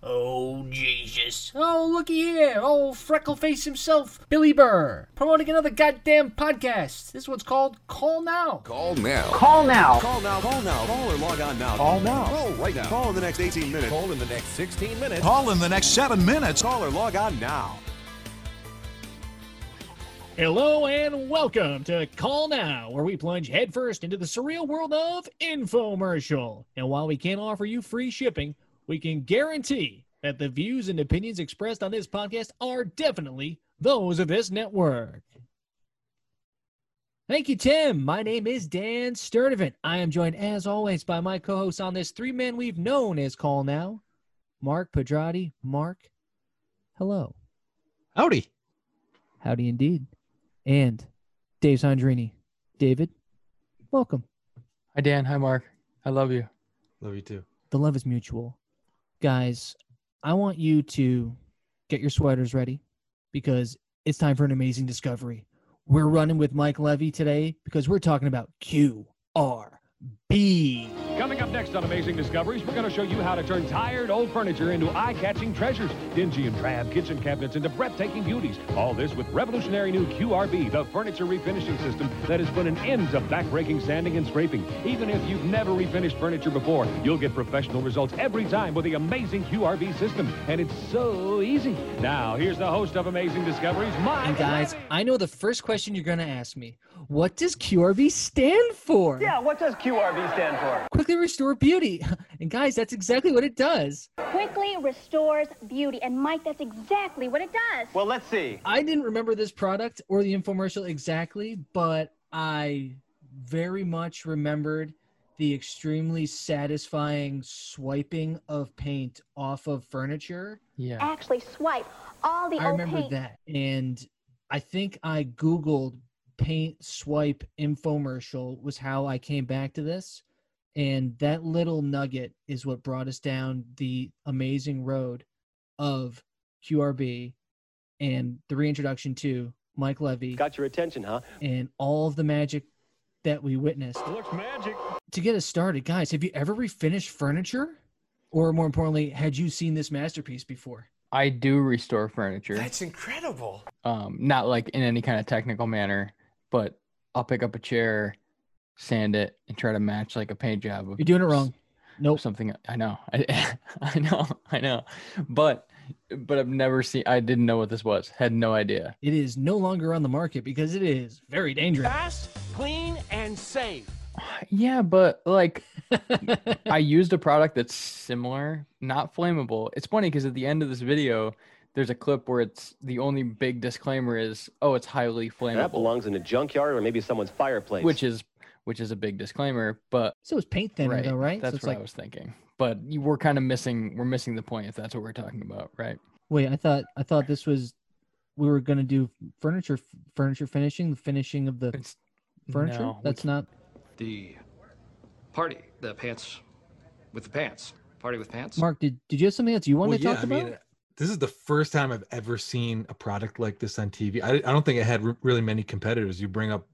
Oh, Jesus. Oh, looky here. Oh, freckle face himself, Billy Burr. Promoting another goddamn podcast. This one's called Call Now. Call now. Call Now. Call now, call now, call or log on now. Call now. Call right now. Call in the next 18 minutes. Call in the next 16 minutes. Call in the next seven minutes. Call or log on now. Hello and welcome to Call Now, where we plunge headfirst into the surreal world of infomercial. And while we can't offer you free shipping, we can guarantee that the views and opinions expressed on this podcast are definitely those of this network. Thank you, Tim. My name is Dan Sturdivant. I am joined, as always, by my co hosts on this three man we've known as Call Now, Mark Pedrati. Mark, hello. Howdy. Howdy indeed. And Dave Sandrini. David, welcome. Hi, Dan. Hi, Mark. I love you. Love you too. The love is mutual. Guys, I want you to get your sweaters ready because it's time for an amazing discovery. We're running with Mike Levy today because we're talking about QRB. Coming up next on Amazing Discoveries, we're going to show you how to turn tired old furniture into eye-catching treasures, dingy and drab kitchen cabinets into breathtaking beauties. All this with revolutionary new QRB, the furniture refinishing system that has put an end to back-breaking sanding and scraping. Even if you've never refinished furniture before, you'll get professional results every time with the amazing QRB system, and it's so easy. Now, here's the host of Amazing Discoveries, Mike. And guys, Levy. I know the first question you're going to ask me. What does QRB stand for? Yeah, what does QRB stand for? Quickly restore beauty. And guys, that's exactly what it does. Quickly restores beauty. And Mike, that's exactly what it does. Well, let's see. I didn't remember this product or the infomercial exactly, but I very much remembered the extremely satisfying swiping of paint off of furniture. Yeah. Actually, swipe all the I old remember paint. that. And I think I Googled paint swipe infomercial was how I came back to this. And that little nugget is what brought us down the amazing road of QRB and the reintroduction to Mike Levy Got your attention, huh? and all of the magic that we witnessed. Looks magic. To get us started, guys, have you ever refinished furniture? Or more importantly, had you seen this masterpiece before? I do restore furniture. That's incredible. um, not like in any kind of technical manner, but I'll pick up a chair, sand it, and try to match like a paint job. Of You're doing it wrong. Nope. Something I know. I, I know. I know. But but I've never seen. I didn't know what this was. Had no idea. it is no longer on the market because it is very dangerous. Fast, clean, and safe. Yeah, but like I used a product that's similar, not flammable. It's funny because at the end of this video, there's a clip where it's the only big disclaimer is, oh, it's highly That flammable, belongs in a junkyard or maybe someone's fireplace. which is which is a big disclaimer. But so it's paint thinner right, though, right? so That's it's what like, I was thinking. But you, we're kind of missing we're missing the point if that's what we're talking about, right? wait, I thought I thought this was we were gonna do furniture furniture finishing, the finishing of the It's furniture. no, we that's not The party, the pants with the pants. Party with pants. Mark. Did did you have something else you wanted Well, to yeah, talk I about? mean, uh, this is the first time I've ever seen a product like this on TV. I, I don't think it had re- really many competitors. You bring up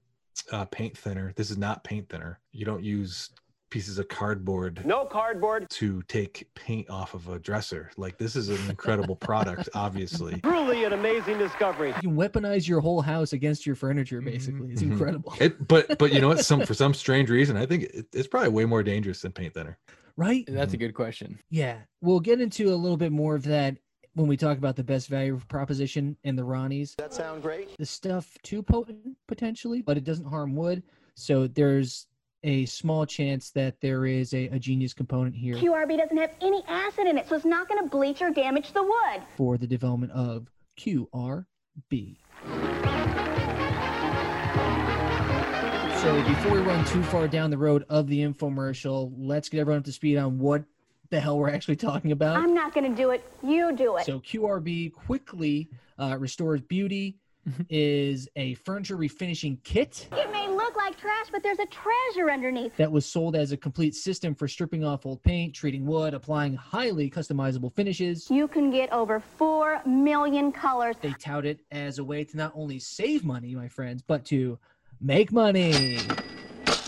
uh, paint thinner. This is not paint thinner. You don't use pieces of cardboard No cardboard. to take paint off of a dresser. Like this is an incredible product, obviously. Truly an amazing discovery. you can weaponize your whole house against your furniture. Basically, it's Mm-hmm. mhm. incredible, It, but but you know what? Some for some strange reason, I think it, it's probably way more dangerous than paint thinner. right? That's a good question. Yeah, we'll get into a little bit more of that when we talk about the best value proposition and the Ronnies. That sound great? the stuff too potent potentially, but it doesn't harm wood. So there's a small chance that there is a, a genius component here QRB doesn't have any acid in it, so it's not going to bleach or damage the wood. for the development of QRB. So before we run too far down the road of the infomercial, let's get everyone up to speed on what the hell we're actually talking about. I'm not going to do it. You do it. So QRB quickly uh, restores beauty is a furniture refinishing kit. it may look like trash, but there's a treasure underneath. that was sold as a complete system for stripping off old paint, treating wood, applying highly customizable finishes. You can get over 4 million colors. They tout it as a way to not only save money, my friends, but to make money Money.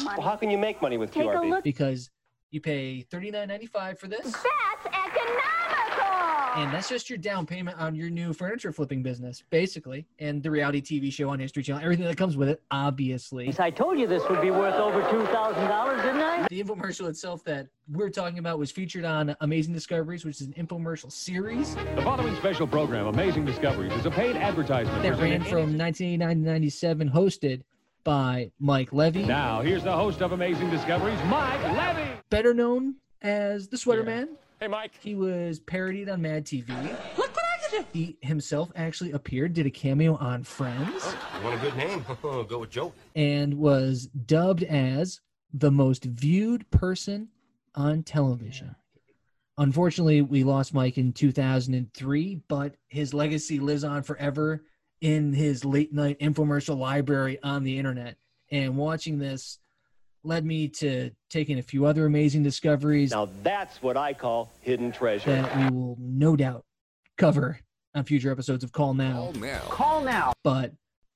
Well, how can you make money with Take a QRB? look. because you pay $39.95 for this. That's economical. And that's just your down payment on your new furniture flipping business, basically, and the reality TV show on History Channel, everything that comes with it, obviously. I told you this would be worth over $2,000, didn't I? The infomercial itself that we're talking about was featured on Amazing Discoveries, which is an infomercial series The following special program, Amazing Discoveries, is a paid advertisement. that ran presented- from 1989 to 97, hosted by Mike Levy, Now, here's the host of Amazing Discoveries, Mike Levy. better known as the Sweater Man. Hey, Mike. He was parodied on Mad TV. Look what I did! He himself actually appeared, did a cameo on Friends, You want Oh, a good name? Go with Joe. and was dubbed as the most viewed person on television. Unfortunately, we lost Mike in 2003, but his legacy lives on forever in his late night infomercial library on the internet. And watching this led me to taking a few other amazing discoveries Now that's what I call hidden treasure. that we will no doubt cover on future episodes of Call Now. now. Call now. But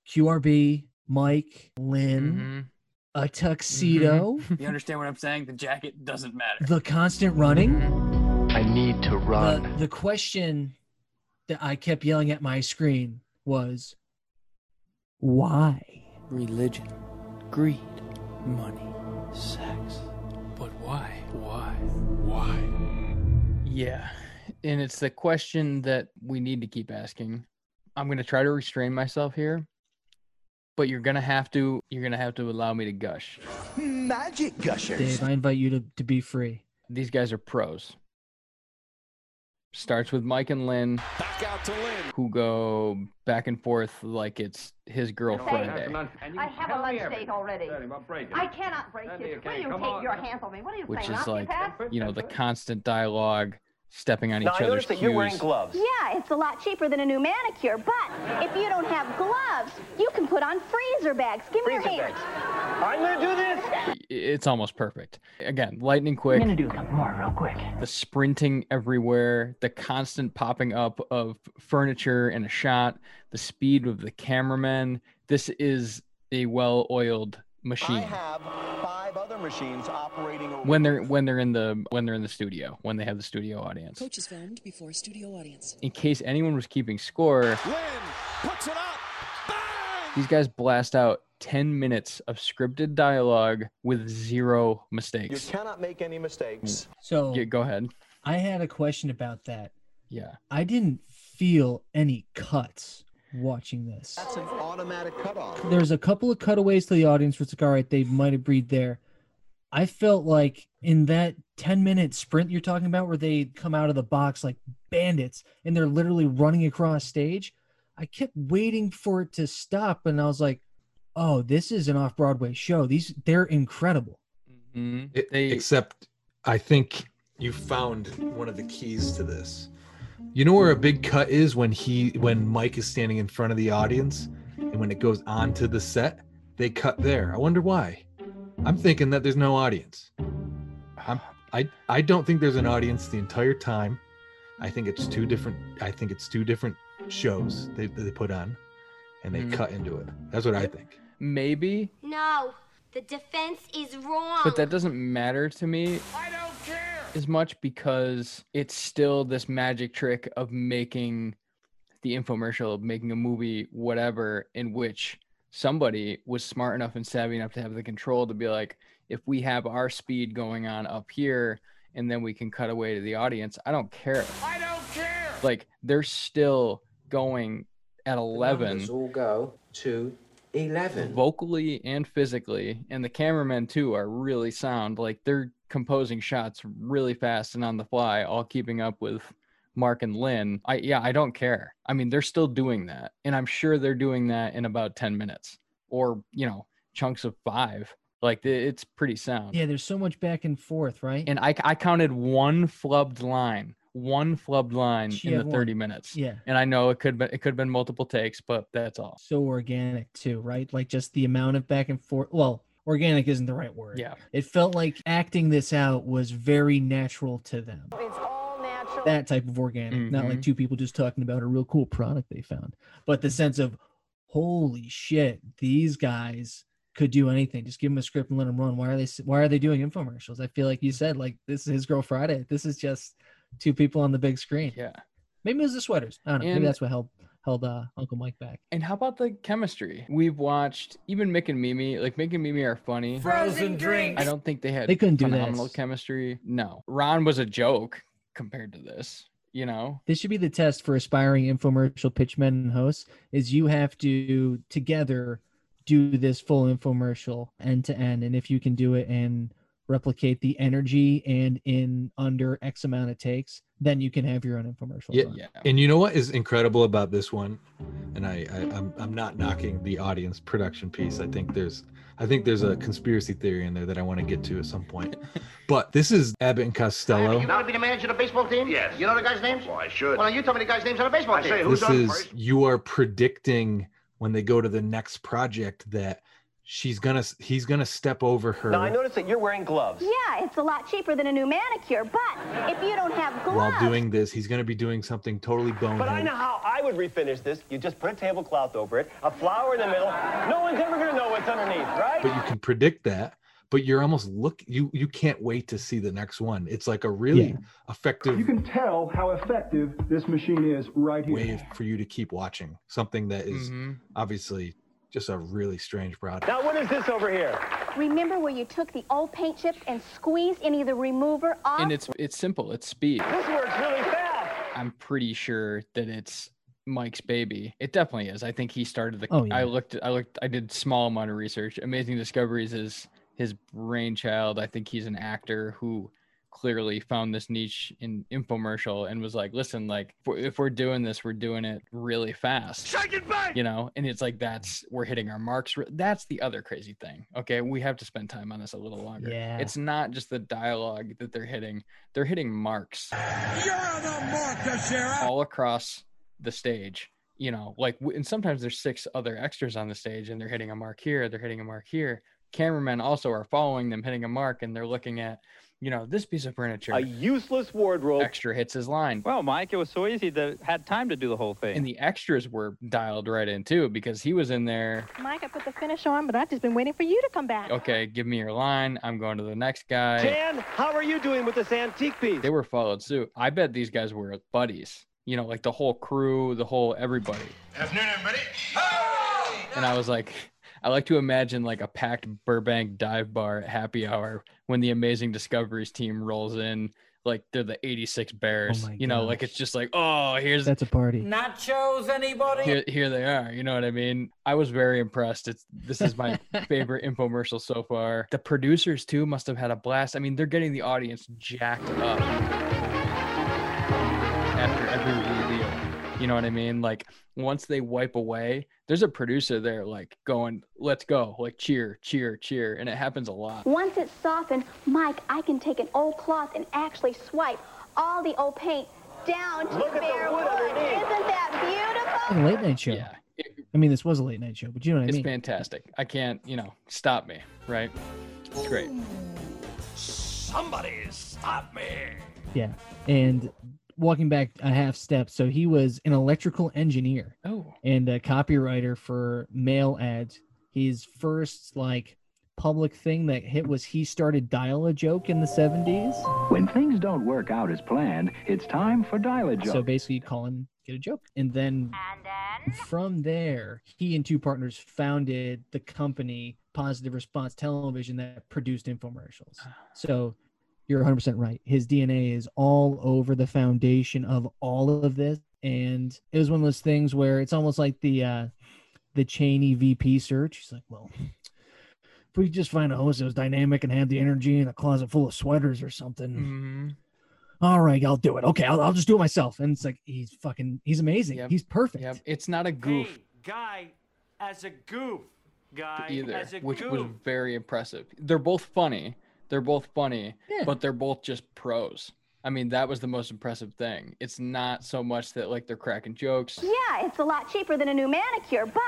QRB, Mike, Lynn, Mhm. a tuxedo, You understand what I'm saying? The jacket doesn't matter. the constant running. I need to The, run. the question that I kept yelling at my screen was, why? Religion, greed, money, sex. But why? Why? Why? Yeah. And it's the question that we need to keep asking. I'm going to try to restrain myself here, but you're going to have to you're going to have to allow me to gush. Magic gushers. Dave, I invite you to, to be free. These guys are pros. Starts with Mike and Lynn Back out to Lynn. who go back and forth like it's his girlfriend Thank day, I have a lunch date already. I cannot break That'd be you. okay. Will you Come take on. your hands off me? What are you which saying? is like Osteopath? you know the constant dialogue, stepping on each now, I other's noticed that you're wearing cues. gloves. Yeah, it's a lot cheaper than a new manicure, but if you don't have gloves, you can put on freezer bags. Give me Freezer your hand. bags. I'm gonna do this. I- It's almost perfect. Again, lightning quick. I'm going to do a couple more real quick. the sprinting everywhere, the constant popping up of furniture in a shot, the speed of the cameraman. This is a well-oiled machine have five other machines operating over. when they're when they're in the when they're in the studio when they have the studio audience. is filmed before studio audience. In case anyone was keeping score, Lynn puts it up. Bang! these guys blast out 10 minutes of scripted dialogue with zero mistakes. cannot make any mistakes. So Yeah, go ahead. I had a question about that. Yeah. I didn't feel any cuts watching this. an automatic cutoff. There's a couple of cutaways to the audience which like, all right, they might have breathed there. I felt like in that 10 minute sprint you're talking about where they come out of the box like bandits and they're literally running across stage, I kept waiting for it to stop and I was like, "Oh, this is an off-Broadway show. These they're incredible." Mhm. It- They- except I think you found one of the keys to this. You know where a big cut is when he when Mike is standing in front of the audience and when it goes onto the set, they cut there. I wonder why. I'm thinking that there's no audience. I'm I I don't think there's an audience the entire time. I think it's two different I think it's two different shows they they put on and they Mhm. cut into it. That's what I think. maybe, No, the defense is wrong. but that doesn't matter to me I don't care. as much because it's still this magic trick of making the infomercial of making a movie whatever in which somebody was smart enough and savvy enough to have the control to be like if we have our speed going on up here and then we can cut away to the audience i don't care I don't care. like they're still going at 11 all go to 11. vocally and physically and the cameramen too are really sound like they're composing shots really fast and on the fly all keeping up with mark and lynn i yeah i don't care i mean they're still doing that and i'm sure they're doing that in about 10 minutes or you know chunks of five like th- it's pretty sound Yeah, there's so much back and forth, right? and I, I counted one flubbed line one flubbed line She in had the 30 minutes yeah. and i know it could be it could have been multiple takes but that's all so organic too, right? Like just the amount of back and forth. Well, organic isn't the right word. yeah It felt like acting this out was very natural to them. It's all natural. That type of organic, not like Mhm. two people just talking about a real cool product they found, but the sense of, holy shit, these guys could do anything. Just give them a script and let them run. Why are they? s- Why are they doing infomercials? I feel like you said, like this is His Girl Friday. This is just two people on the big screen. yeah Maybe it was the sweaters. I don't know. And- Maybe that's what held held uh, Uncle Mike back. And how about the chemistry? We've watched even Mick and Mimi. Like Mick and Mimi are funny. Frozen drinks. I don't think they had. They couldn't do phenomenal this. chemistry. No, Ron was a joke compared to this. You know, This should be the test for aspiring infomercial pitchmen and hosts: is you have to together do this full infomercial end to end, and if you can do it and replicate the energy and in under X amount of takes, then you can have your own infomercial. Yeah, run. And you know what is incredible about this one, and I, I I'm I'm not knocking the audience production piece. I think there's I think there's a conspiracy theory in there that I want to get to at some point. but this is Abbott and Costello. You know how to be the manager of the baseball team? Yes. You know the guys' names? Well, I should. Well, now you tell me the guys' names on the baseball team. This is you are predicting when they go to the next project that she's gonna he's gonna step over her. Now, I Notice that you're wearing gloves. Yeah, it's a lot cheaper than a new manicure, but if you don't have gloves, while doing this, he's gonna be doing something totally boneheaded. But I know how I would refinish this. You just put a tablecloth over it, a flower in the middle. No one's ever going to know what's underneath, right? but you can predict that but you're almost look you you can't wait to see the next one it's like a really Yeah. effective You can tell how effective this machine is right here. way for you to keep watching something that is Mhm. obviously just a really strange product Now, what is this over here? remember where you took the old paint chips and squeezed any of the remover off? and it's it's simple. It's speed. This works really fast. I'm pretty sure that it's Mike's baby. It definitely is. I think he started the. Oh, yeah. I looked. I looked. I did small amount of research. Amazing Discoveries is his brainchild. I think he's an actor who clearly found this niche in infomercial and was like, "Listen, like if we're- if we're doing this, we're doing it really fast." Second base. You know, and it's like that's we're hitting our marks. re- That's the other crazy thing. Okay, we have to spend time on this a little longer. Yeah. It's not just the dialogue that they're hitting; they're hitting marks all across the stage. You know, like, w- and sometimes there's six other extras on the stage, and they're hitting a mark here, they're hitting a mark here. Cameramen also are following them, hitting a mark, and they're looking at, you know, this piece of furniture. A useless wardrobe. Extra hits his line. Well, Mike, it was so easy to had time to do the whole thing. And the extras were dialed right in too because he was in there. Mike, I put the finish on, but I've just been waiting for you to come back. Okay, give me your line. I'm going to the next guy. Jan, how are you doing with this antique piece? They were followed suit. I bet these guys were buddies. You know, like the whole crew, the whole everybody. Afternoon, everybody. and I was like, I like to imagine like a packed Burbank dive bar at happy hour when the Amazing Discoveries team rolls in, like they're the '86 Bears. my you know, like it's just like, oh, here's That's a party. Nachos, anybody? here, here they are. You know what I mean? I was very impressed. It's this is my favorite infomercial so far. The producers too must have had a blast. I mean, they're getting the audience jacked up after every reveal. You know what I mean? Like once they wipe away, there's a producer there like going, "Let's go!" Like cheer, cheer, cheer, and it happens a lot. Once it's softened, Mike, I can take an old cloth and actually swipe all the old paint down to Look at the bare wood underneath. Isn't that beautiful? Fucking late night show. Yeah. I mean, this was a late night show, but you know what I It's mean. fantastic. I can't, you know, stop me, right? It's great. Somebody stop me. Yeah. And walking back a half step, so he was an electrical engineer. Oh. And a copywriter for mail ads. His first like public thing that hit was he started dial a joke in the 70s. When things don't work out as planned, it's time for dial a So basically calling get a joke. And then, from there, he and two partners founded the company Positive Response Television that produced infomercials. Ah. So you're 100% right. His DNA is all over the foundation of all of this. And it was one of those things where it's almost like the uh, the Cheney VP search. He's like, well, if we just find a host that was dynamic and had the energy and a closet full of sweaters or something, Mm-hmm. all right, I'll do it. Okay, I'll, I'll just do it myself. And it's like, he's fucking, he's amazing. He's perfect. Yep. It's not a goof. Guy as a goof. Guy either, as a which goof. was very impressive. They're both funny. They're both funny, Yeah. but they're both just pros. I mean, that was the most impressive thing. It's not so much that like they're cracking jokes, Yeah, it's a lot cheaper than a new manicure, but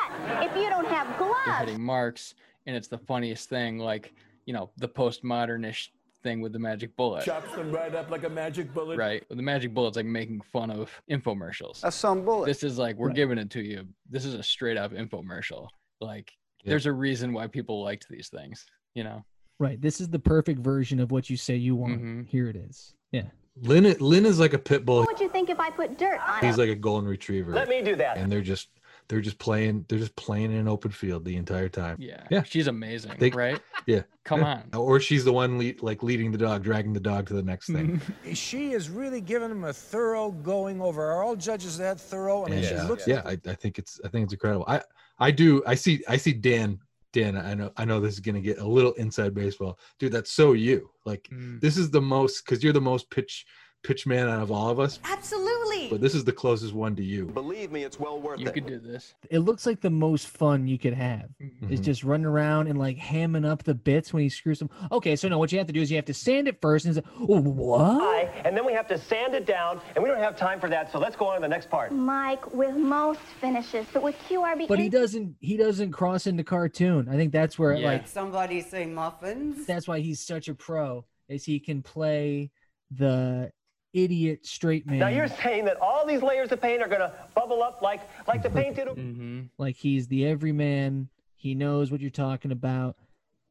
if you don't have they're gloves, hitting marks, and it's the funniest thing. Like you know, the postmodernish thing with the magic bullet, them right up like a magic bullet. right? The magic bullet's like making fun of infomercials. That's some bullet. This is like we're giving it to you. This is a straight up infomercial. Like Yeah. there's a reason why people liked these things. You know. Right. This is the perfect version of what you say you want. Here it is. Yeah. Lynn, Lynn is like a pit bull. What would you think if I put dirt on He's it? like a golden retriever. Let me do that. And they're just they're just playing they're just playing in an open field the entire time. Yeah. Yeah. She's amazing, They- right? Yeah. Come yeah. Or she's the one lead, like leading the dog, dragging the dog to the next thing. She is really giving him a thorough going over. Are all judges that thorough? I mean, yeah. she looks. yeah, I, I think it's I think it's incredible. I I do I see I see Dan Dan. I know I know this is gonna get a little inside baseball, dude. That's so you. Like Mm. this is the most because you're the most pitch pitch man out of all of us, Absolutely. but this is the closest one to you. Believe me, it's well worth You could do this. It looks like the most fun you could have is Mhm. just running around and like hamming up the bits when he screws them. Okay, so no, what you have to do is you have to sand it first and say, oh, what? High, and then we have to sand it down, and we don't have time for that, so let's go on to the next part. Mike, with most finishes, but with QRB. But he doesn't. He doesn't cross into cartoon. I think that's where it like somebody say muffins. that's why he's such a pro is he can play the idiot straight man Now you're saying that all these layers of paint are gonna bubble up like like the paint did. Mm-hmm, like he's the everyman he knows what you're talking about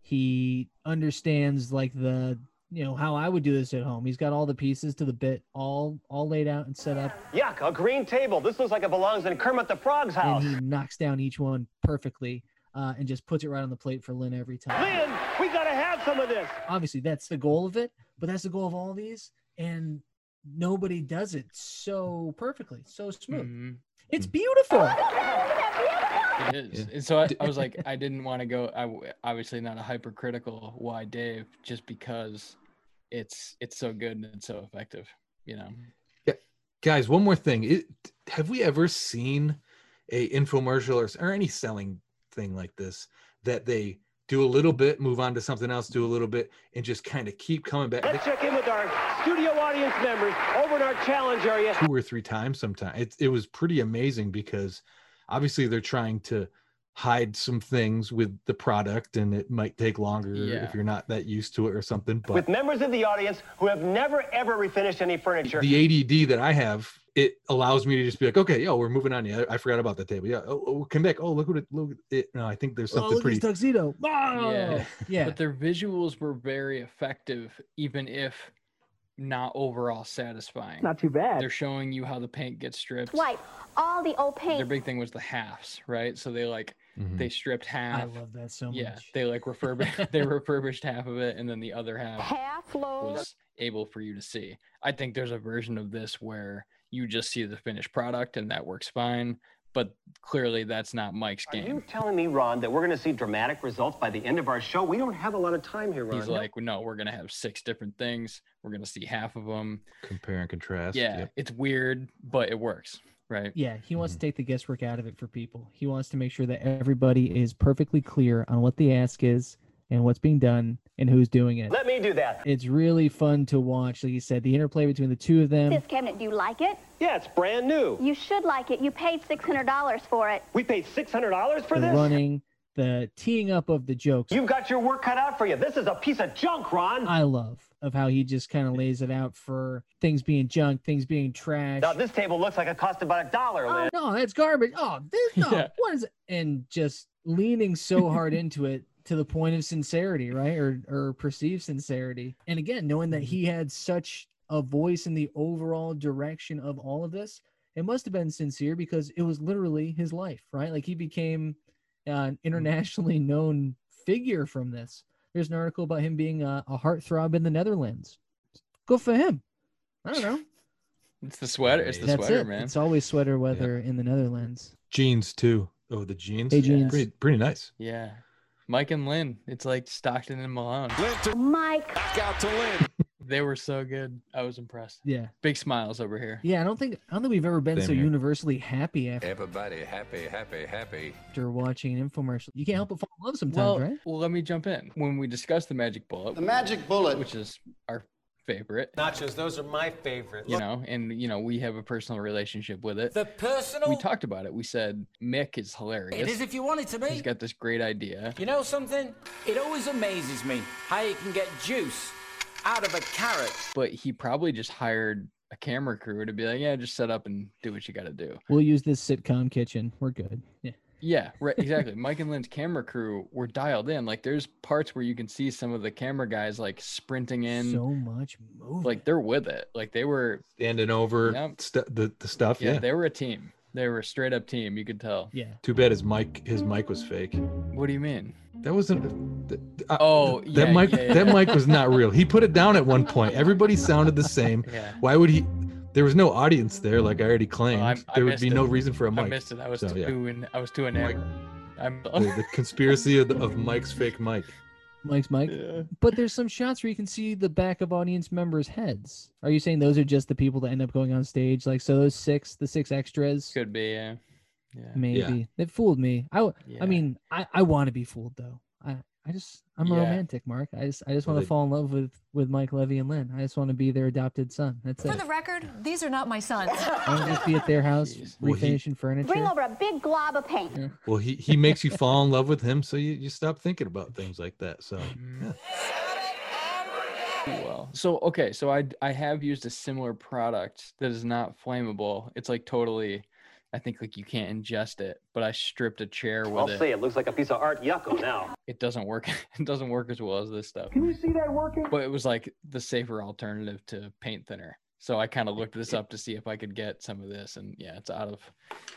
he understands like the you know how i would do this at home he's got all the pieces to the bit all all laid out and set up Yuck, a green table. This looks like it belongs in Kermit the Frog's house. and he knocks down each one perfectly uh, and just puts it right on the plate for lynn every time Lynn, we gotta have some of this. obviously that's the goal of it, but that's the goal of all these, and nobody does it so perfectly, so smooth. Mm-hmm. It's beautiful. It is. And so I, I was like, I didn't want to go. I w- obviously not a hypercritical. Why, Dave? Just because it's it's so good and it's so effective. You know. guys one more thing it, have we ever seen a infomercial or, s- or any selling thing like this that they do a little bit move on to something else do a little bit and just kind of keep coming back Let's check in with our studio audience members over in our challenge area. two or three times sometimes it, it was pretty amazing because obviously they're trying to hide some things with the product and it might take longer Yeah. if you're not that used to it or something but With members of the audience who have never ever refinished any furniture. the ADD that I have, it allows me to just be like, okay, yo, we're moving on. Yeah, I forgot about the table. Yeah, oh, oh come back. Oh, look what it look. at It. No, I think there's Oh, something look at his pretty. tuxedo. Wow. Yeah. But their visuals were very effective, even if not overall satisfying. Not too bad. They're showing you how the paint gets stripped. Swipe all the old Their paint. big thing was the halves, right? So they like they stripped half. love that so Yeah, they like refurbished they refurbished half of it, and then the other half Half load. was able for you to see. I think there's a version of this where you just see the finished product, and that works fine. But clearly, that's not Mike's Are game. you telling me, Ron, that we're gonna see dramatic results by the end of our show? We don't have a lot of time here, Ron. He's like, no, we're gonna have six different things. We're gonna see half of them. Compare and contrast. Yeah, yep. it's weird, but it works, right? Yeah, he wants to take the guesswork out of it for people. He wants to make sure that everybody is perfectly clear on what the ask is and what's being done and who's doing it. Let me do that. It's really fun to watch. Like you said, the interplay between the two of them. This cabinet, do you like it? Yeah, it's brand new. You should like it. You paid $600 for it. We paid $600 for the this? running, the teeing up of the jokes. You've got your work cut out for you. This is a piece of junk, Ron. I love of how he just kind of lays it out for things being junk, things being trash. Now, this table looks like it cost about a dollar, Oh, Lynn. no, that's garbage. Oh, this no, what is it? And just leaning so hard into it to the point of sincerity, right? Or or perceived sincerity. And again, knowing Mm-hmm. that he had such a voice in the overall direction of all of this, it must have been sincere because it was literally his life, right? Like he became Mm-hmm. an internationally known figure from this. There's an article about him being a, a heartthrob in the Netherlands. Good for him. I don't know. It's the sweater. It's the That's sweater, it. man. It's always sweater weather in the Netherlands. Jeans too. Oh, the jeans. Hey, jeans. Pretty, pretty nice. yeah, Mike and Lynn. It's like Stockton and Malone. Mike. Back out to Lynn. they were so good. I was impressed. Yeah. Big smiles over here. Yeah, I don't think I don't think we've ever been Same so here. universally happy Everybody happy, happy, happy. after watching an infomercial. You can't help but fall in love sometimes, Well, right? well, let me jump in. When we discussed the magic bullet, The magic bullet, which is our favorite, Nachos, those are my favorite. you know, and you know, we have a personal relationship with it. The personal- We talked about it. We said Mick is hilarious. It is if you want it to be. He's got this great idea. You know something? It always amazes me how you can get juice out of a carrot. but he probably just hired a camera crew to be like, yeah, just set up and do what you got to do. We'll use this sitcom kitchen. We're good. Yeah. Yeah, right. Exactly. Mike and Lynn's camera crew were dialed in. Like, there's parts where you can see some of the camera guys like sprinting in. So much movement. Like they're with it. Like they were standing over Yep. st- the the stuff. Yeah, Yeah. they were a team. They were a straight up team. You could tell. Yeah. Too bad his mic his mic was fake. What do you mean? That wasn't. Th- th- I- Oh, th- that yeah, mic yeah, that yeah. mic was not real. He put it down at one point. Everybody sounded the same. Yeah. Why would he? There was no audience there, like I already claimed. I there would missed be it. no reason for a mic. I missed it. I was So, too yeah. in. I was too enamored. I'm. the, the conspiracy of, of Mike's fake mic. Mike's Mike. But there's some shots where you can see the back of audience members' heads. Are you saying those are just the people that end up going on stage? Like so, those six, the six extras, Could be. Yeah. Yeah. maybe that fooled me. I, w- I Yeah. mean, I, I want to be fooled though. I, I just I'm a Yeah. romantic, Mark. I just I just Well, want they- to fall in love with with Mike Levy and Lynn. I just want to be their adopted son. That's For it. the record, these are not my sons. I want to just be at their house, Well, he- refinishing furniture. Bring over a big glob of paint. Well, he he makes you fall in love with him, so you, you stop thinking about things like that. So yeah. Well, so okay, so I I have used a similar product that is not flammable. It's like totally, I think like you can't ingest it, but I stripped a chair with I'll it. see. It looks like a piece of art yucko now. It doesn't work. It doesn't work as well as this stuff. Can you see that working? But it was like the safer alternative to paint thinner. So I kind of looked this up to see if I could get some of this, and yeah, it's out of,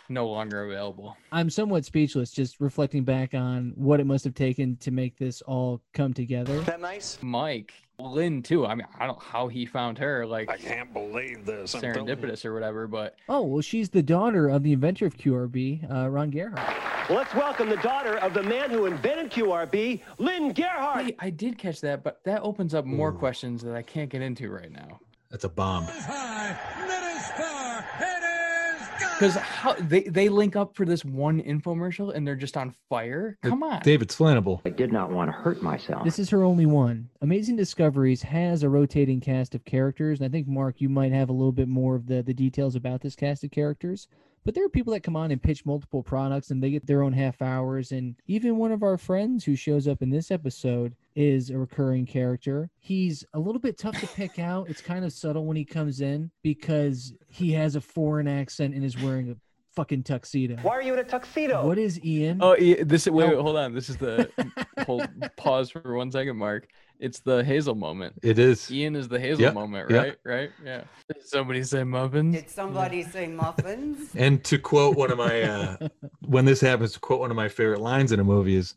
no longer available. I'm somewhat speechless, just reflecting back on what it must have taken to make this all come together. nice? Mike, Lynn too. I mean, I don't know how he found her. Like I can't believe this. I'm telling you. serendipitous or whatever, but Oh well, she's the daughter of the inventor of QRB, uh, Ron Gerhardt. Well, let's welcome the daughter of the man who invented QRB, Lynn Gerhardt. I did catch that, but that opens up more questions that I can't get into right now. That's a bomb. Because how they, they link up for this one infomercial and they're just on fire? Come on. David's flammable. I did not want to hurt myself. This is her only one. Amazing Discoveries has a rotating cast of characters, and I think Mark, you might have a little bit more of the the details about this cast of characters. But there are people that come on and pitch multiple products, and they get their own half hours. And even one of our friends who shows up in this episode is a recurring character. He's a little bit tough to pick out. It's kind of subtle when he comes in because he has a foreign accent and is wearing a fucking tuxedo. Why are you in a tuxedo? What is Ian? Oh, yeah, this wait, wait, hold on. This is the hold pause for one second, Mark. It's the Hazel moment. It is. Ian is the Hazel Yeah, moment, yeah. right? Right? Yeah. Did somebody say muffins? Did somebody say muffins? And to quote one of my, uh, when this happens, to quote one of my favorite lines in a movie is,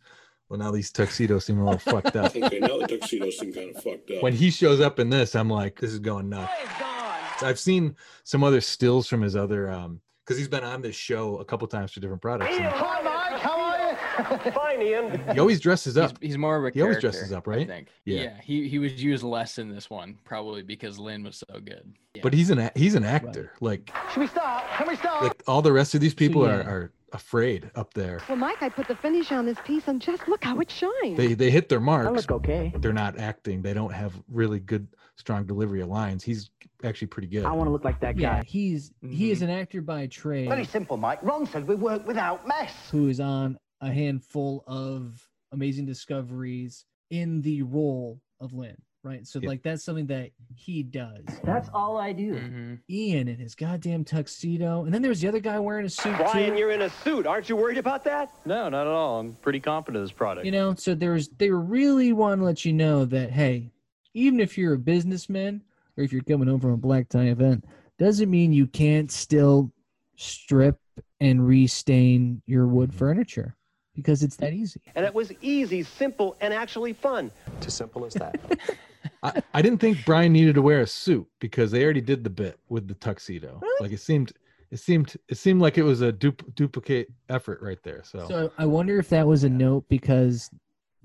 "Well, now these tuxedos seem a little fucked up." okay, now the tuxedos seem kind of fucked up. When he shows up in this, I'm like, "This is going nuts." I've seen some other stills from his other, um, because he's been on this show a couple times for different products. and Hi, Mike. How are you? Fine, Ian. he always dresses He's- up. He's, more of a He always character, dresses up, I right? think. Yeah. Yeah. He he was used less in this one, probably because Lynn was so good. Yeah. But he's an a- he's an actor. Like Should we stop? Can we stop? like all the rest of these people yeah. are, are afraid up there. Well, Mike, I put the finish on this piece, and just look how it shines. They they hit their marks. look okay. They're not acting. They don't have really good strong delivery of lines. He's actually pretty good. wanna look like that Yeah, he's he is an actor by trade. Very simple, Mike. Ron said we work without mess. who is on a handful of amazing discoveries in the role of Lynn, right? So like that's something that he does. That's all I do. Ian in his goddamn tuxedo, and then there was the other guy wearing a suit Brian, too. you're in a suit. Aren't you worried about that? No, not at all. I'm pretty confident of this product. You know, so there was they really want to let you know that hey, even if you're a businessman or if you're coming home from a black tie event, doesn't mean you can't still strip and restain your wood furniture because it's that easy. And it was easy, simple, and actually fun. As simple as that. I, I didn't think Brian needed to wear a suit because they already did the bit with the tuxedo. Like it seemed it seemed it seemed like it was a dup- duplicate effort right there. So, So I wonder if that was a note because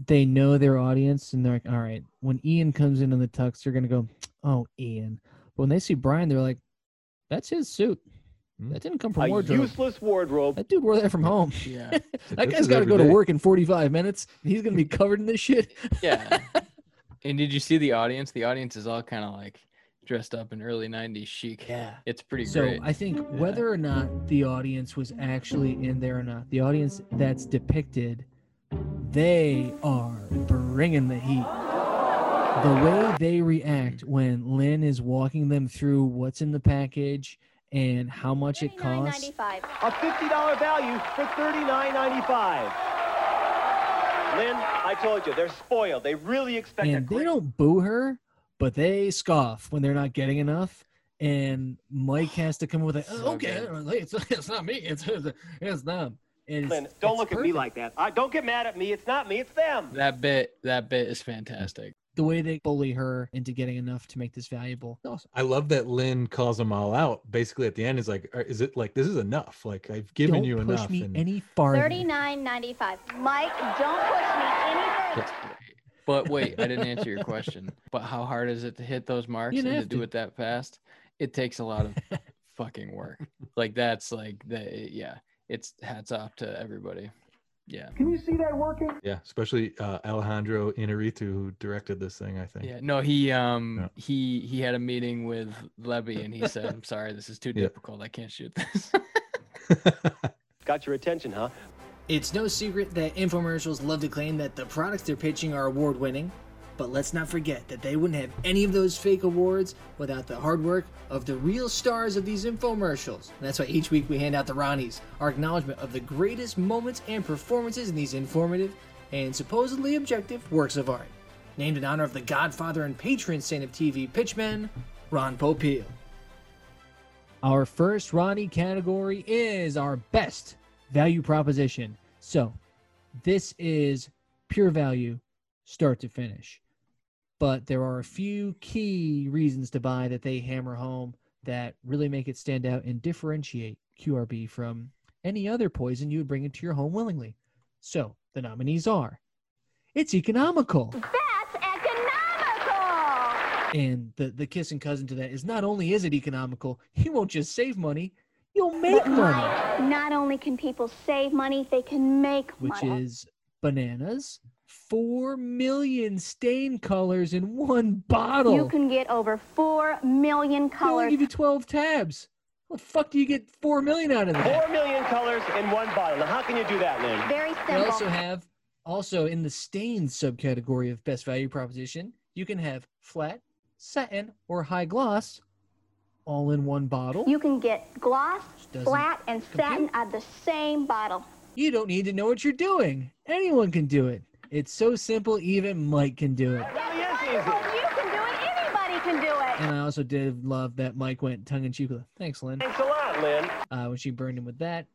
they know their audience and they're like, all right, when Ian comes in on the tux, they're gonna go, oh Ian. But when they see Brian, they're like, that's his suit. That didn't come from a wardrobe. useless wardrobe. That dude wore that from home. Hmm. Yeah. that This guy's is got to every go to day. work in 45 minutes. and He's gonna be covered in this shit. Yeah. and did you see the audience? The audience is all kind of like dressed up in early 90s chic. Yeah. It's pretty so great. I think whether or not the audience was actually in there or not, the audience that's depicted, they are bringing the heat. The way they react when Lynn is walking them through what's in the package and how much it costs. $9.95. A $50 value for $39.95. Lynn, I told you, they're spoiled. They really expect and they don't boo her, but they scoff when they're not getting enough. And Mike has to come up with a, So oh, okay, it's, it's not me, it's it's them. And it's- Lynn, don't it's look at me perfect. like that. I, don't get mad at me. It's not me. It's them. That bit, that bit is fantastic. the way they bully her into getting enough to make this valuable. Awesome. I love that Lynn calls them all out. Basically, at the end, is like, "Are- is it like this is enough? Like I've given Don't you push enough. me and any farther. Thirty-nine ninety-five. Mike, don't push me any further. But wait, I didn't answer your question. But how hard is it to hit those marks and didn't to, have do to. it that fast? It takes a lot of fucking work. Like that's like the yeah. It's hats off to everybody. Yeah. Can you see that working? Yeah, especially uh, Alejandro Inarritu, who directed this thing. I think. Yeah. No, he um he he had a meeting with Levy and he said, "I'm sorry, this is too Yeah. difficult. I can't shoot this." Got your attention, huh? It's no secret that infomercials love to claim that the products they're pitching are award winning, but let's not forget that they wouldn't have any of those fake awards without the hard work of the real stars of these infomercials. And that's why each week we hand out the Ronnies, our acknowledgement of the greatest moments and performances in these informative and supposedly objective works of art. Named in honor of the godfather and patron saint of TV pitchmen, Ron Popeil. Our first Ronnie category is our best value proposition. So, this is pure value, start to finish. But there are a few key reasons to buy that they hammer home that really make it stand out and differentiate QRB from any other poison you would bring into your home willingly. So, the nominees are it's economical. That's economical. And the, the kiss and cousin to that is not only is it economical, you won't just save money, you'll make money. Not only can people save money, they can make which money. is bananas. Four million stain colors in one bottle. You can get over four million They only colors. give you twelve tabs. What the fuck do you get four million out of that? Four million colors in one bottle. Now, how can you do that, Lynn? Very They simple. also have, also in the stain subcategory of best value proposition, you can have flat, satin, or high gloss, all in one bottle. You can get gloss, doesn't flat, and satin out of the same bottle. You don't need to know what you're doing. Anyone can do it. It's so simple, even Mike can do it. That's wonderful. Oh, You can do it. Anybody can do it. And I also did love that Mike went tongue in cheek with, "Thanks, Lynn." Thanks a lot, Lynn. uh, when she burned him with that.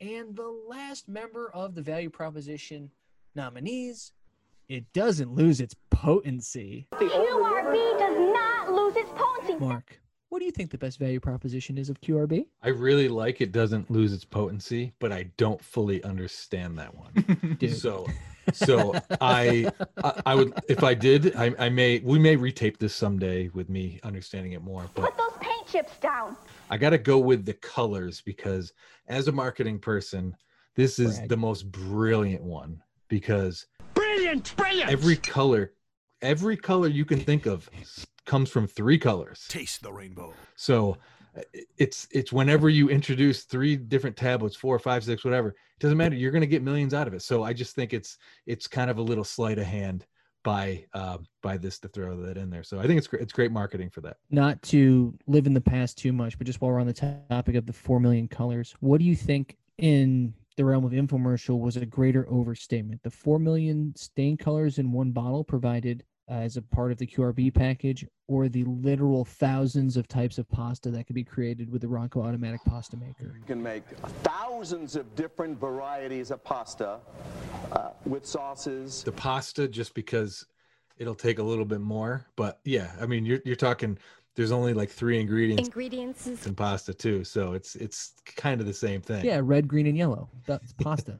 And the last member of the value proposition nominees, it doesn't lose its potency. QRB does not lose its potency. Mark, what do you think the best value proposition is of QRB? I really like it. Doesn't lose its potency, but I don't fully understand that one. so, so I, I, I would if I did, I, I may we may retape this someday with me understanding it more. But Put those paint chips down. I got to go with the colors because as a marketing person, this is the most brilliant one because Brilliant, brilliant. every color, every color you can think of s- comes from three colors. Taste the rainbow. So uh, i- it's it's whenever you introduce three different tablets, four, five, six, whatever, it doesn't matter. You're gonna get millions out of it. So I just think it's it's kind of a little sleight of hand by uh, by this to throw that in there. So I think it's great. It's great marketing for that. Not to live in the past too much, but just while we're on the to- topic of the 4 million colors, what do you think in the realm of infomercial was a greater overstatement? The 4 million stain colors in one bottle provided uh, as a part of the QRB package, or the literal thousands of types of pasta that could be created with the Ronco automatic pasta maker? You can make thousands of different varieties of pasta uh, with sauces. the pasta just because it'll take a little bit more. But yeah, I mean you're you're talking there's only like three ingredients Ingredients is in pasta too, so it's it's kind of the same thing. Yeah, red, green, and yellow. That's pasta.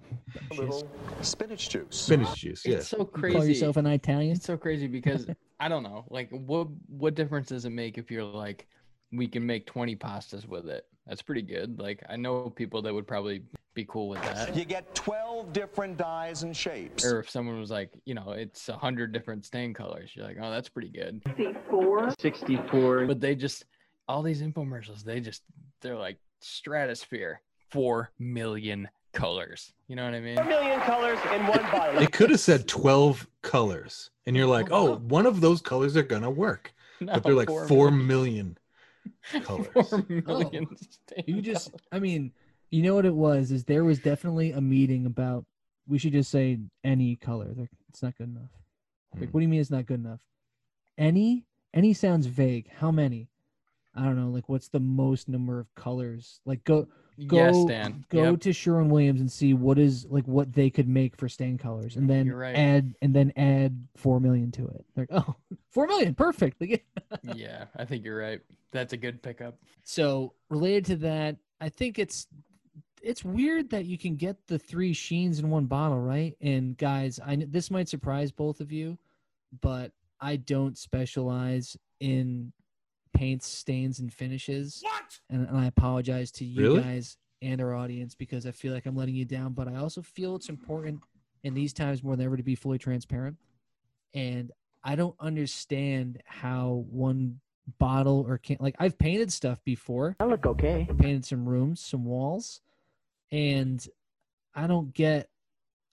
A little spinach juice. Spinach juice, yeah. It's so crazy. Call yourself an Italian? It's so crazy because I don't know, like what what difference does it make if you're like we can make 20 pastas with it? That's pretty good. Like I know people that would probably be cool with that. You get 12 different dyes and shapes. Or if someone was like, you know, it's 100 different stain colors, you're like, "Oh, that's pretty good." 64. 64. But they just all these infomercials, they just they're like stratosphere 4 million colors. You know what I mean? Four million colors in one bottle. They could have said 12 colors and you're like, "Oh, one of those colors are going to work." No, but they're like four 4 million. colors. million Oh. you just, I mean, you know what it was is there was definitely a meeting about we should just say any color. They're- It's not good enough. Like, what do you mean it's not good enough? Any, any sounds vague. How many? I don't know. Like, what's the most number of colors? Like, go, go, Yes, Dan. go Yep. to Sherwin Williams and see what is like what they could make for stain colors, and then You're right. add and then add four million to it. Like, oh, four million, perfect. Like, yeah, I think you're right. That's a good pickup. so related to that, I think it's it's weird that you can get the three sheens in one bottle, right? And guys, I kn- this might surprise both of you, but I don't specialize in paints, stains, and finishes. What? And, and I apologize to you Really? guys and our audience because I feel like I'm letting you down, but I also feel it's important in these times more than ever to be fully transparent. And I don't understand how one bottle or can like I've painted stuff before. I look okay. Painted some rooms, some walls, and I don't get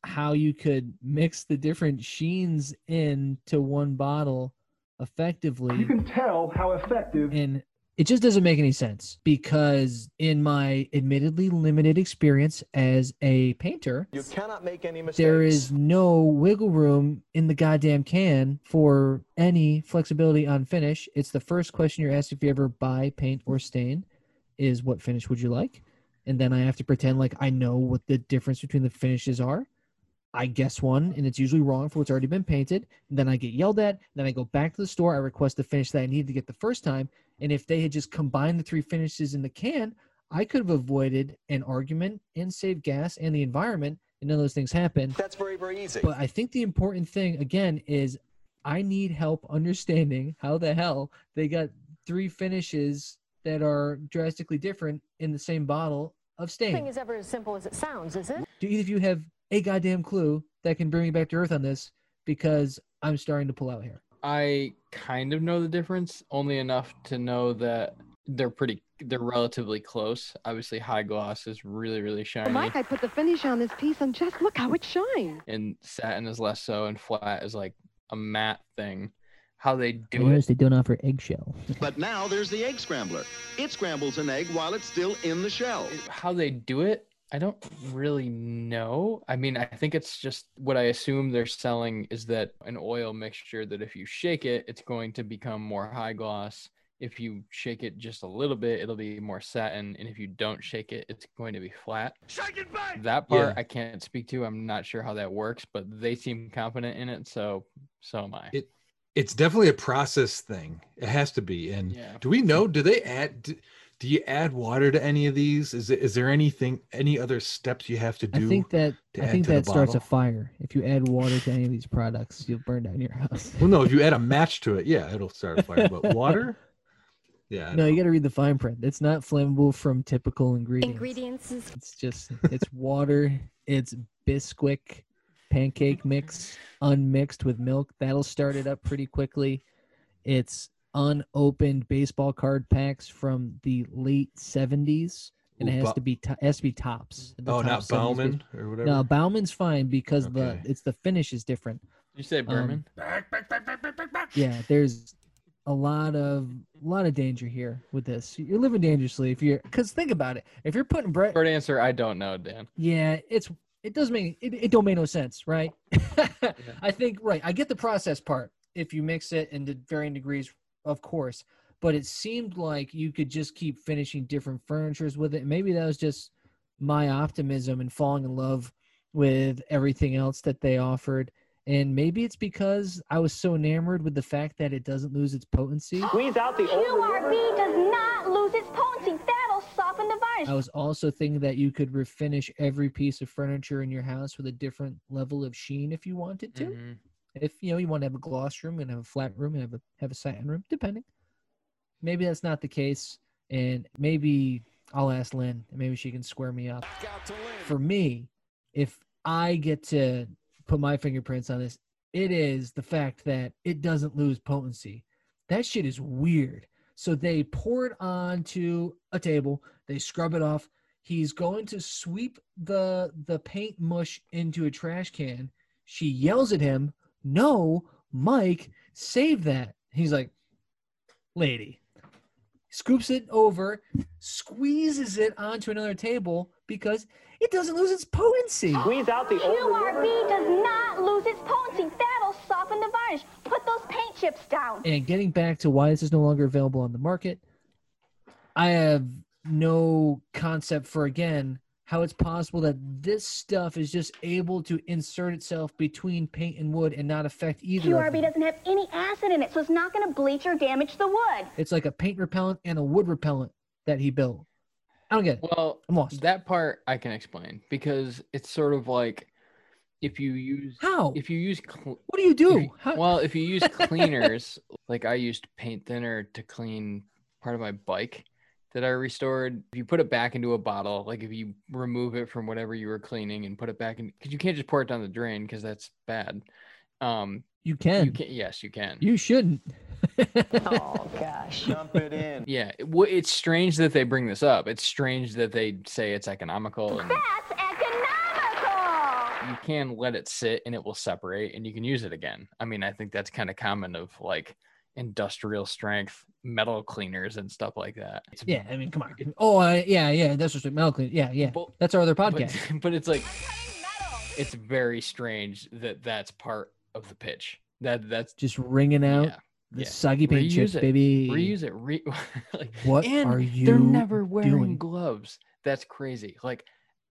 how you could mix the different sheens into one bottle effectively. You can tell how effective and it just doesn't make any sense because in my admittedly limited experience as a painter You cannot make any mistakes. there is no wiggle room in the goddamn can for any flexibility on finish it's the first question you're asked if you ever buy paint or stain is what finish would you like and then i have to pretend like i know what the difference between the finishes are I guess one, and it's usually wrong for what's already been painted. And then I get yelled at. Then I go back to the store. I request the finish that I needed to get the first time. And if they had just combined the three finishes in the can, I could have avoided an argument and saved gas and the environment. And none of those things happen. That's very, very easy. But I think the important thing again is I need help understanding how the hell they got three finishes that are drastically different in the same bottle of stain. Nothing is ever as simple as it sounds, is it? Do either of you have a goddamn clue that can bring me back to earth on this? Because I'm starting to pull out here. I kind of know the difference, only enough to know that they're pretty, they're relatively close. Obviously, high gloss is really, really shiny, Mike, I put the finish on this piece and just look how it shines. and satin is less so, and flat is like a matte thing. How they do notice it. they don't offer eggshell. But now there's the egg scrambler. It scrambles an egg while it's still in the shell. how they do it i don't really know i mean i think it's just what i assume they're selling is that an oil mixture that if you shake it it's going to become more high gloss if you shake it just a little bit it'll be more satin and if you don't shake it it's going to be flat shake it back! that part Yeah. i can't speak to i'm not sure how that works but they seem confident in it so so am i It it's definitely a process thing. It has to be. And Yeah. do we know? Do they add? Do, do you add water to any of these? Is it, is there anything any other steps you have to do? I think that to I add think to the that starts a bottle? fire. If you add water to any of these products, you'll burn down your house. Well, no. If you add a match to it, yeah, it'll start a fire. But water, yeah. I No, you got to read the fine print. It's not flammable from typical ingredients. Ingredients is It's just it's water. It's Bisquick pancake mix unmixed with milk. That'll start it up pretty quickly. It's unopened baseball card packs from the late seventies, and it Ooh, has Ba- to be to- has to be tops. the Oh, top not 70s Bauman base- or No, whatever? Bauman's fine because Okay. the it's the finish is different. you say Um, berman yeah, there's a lot of a lot of danger here with this. You're living dangerously if you're because think about it. If you're putting bread, short answer i don't know dan yeah, it's it does make it, it don't make no sense, right? I think right. I get the process part. If you mix it into varying degrees, of course, but it seemed like you could just keep finishing different furnitures with it. Maybe that was just my optimism and falling in love with everything else that they offered. And maybe it's because I was so enamored with the fact that it doesn't lose its potency. Squeeze out the old QRB does not lose its potency. That'll soften the varnish. I was also thinking that you could refinish every piece of furniture in your house with a different level of sheen if you wanted to. Mm-hmm. If you know you want to have a gloss room and have a flat room and have a have a satin room, depending. Maybe that's not the case, and maybe I'll ask Lynn, and maybe she can square me up. For me, if I get to put my fingerprints on this, it is the fact that it doesn't lose potency. That shit is weird. So they pour it onto a table, they scrub it off. He's going to sweep the the paint mush into a trash can. She yells at him, "No, Mike, save that." He's like, "Lady, scoops it over, squeezes it onto another table because it doesn't lose its potency. Squeeze out the QRB does not lose its potency. That'll soften the varnish. Put those paint chips down. And getting back to why this is no longer available on the market, I have no concept for again how it's possible that this stuff is just able to insert itself between paint and wood and not affect either. of QRB them. doesn't have any acid in it, so it's not going to bleach or damage the wood. It's like a paint repellent and a wood repellent that he built. I don't get it. Well, I'm lost. That part I can explain because it's sort of like if you use how if you use cl- what do you do? How- well if you use cleaners like I used paint thinner to clean part of my bike that I restored. If you put it back into a bottle, like if you remove it from whatever you were cleaning and put it back in, because you can't just pour it down the drain because that's bad. Um, you can. you You, can yes you can. shouldn't. Oh, gosh. Dump it in. Yeah, it, w- it's strange that they bring this up. It's strange that they say it's economical and That's economical. you can let it sit and it will separate and you can use it again. I mean, I think that's kind of common of like industrial strength metal cleaners and stuff like that. It's Yeah, I mean, come on. Oh, uh, yeah, yeah. That's just metal clean. Yeah, yeah. that's our other podcast. But, but it's like it's very strange that that's part of the pitch. That that's just wringing out yeah, the yeah. soggy paint chips, Reuse it. baby. Reuse it. Re- like, What and are They're E you never wearing doing? gloves. That's crazy. Like,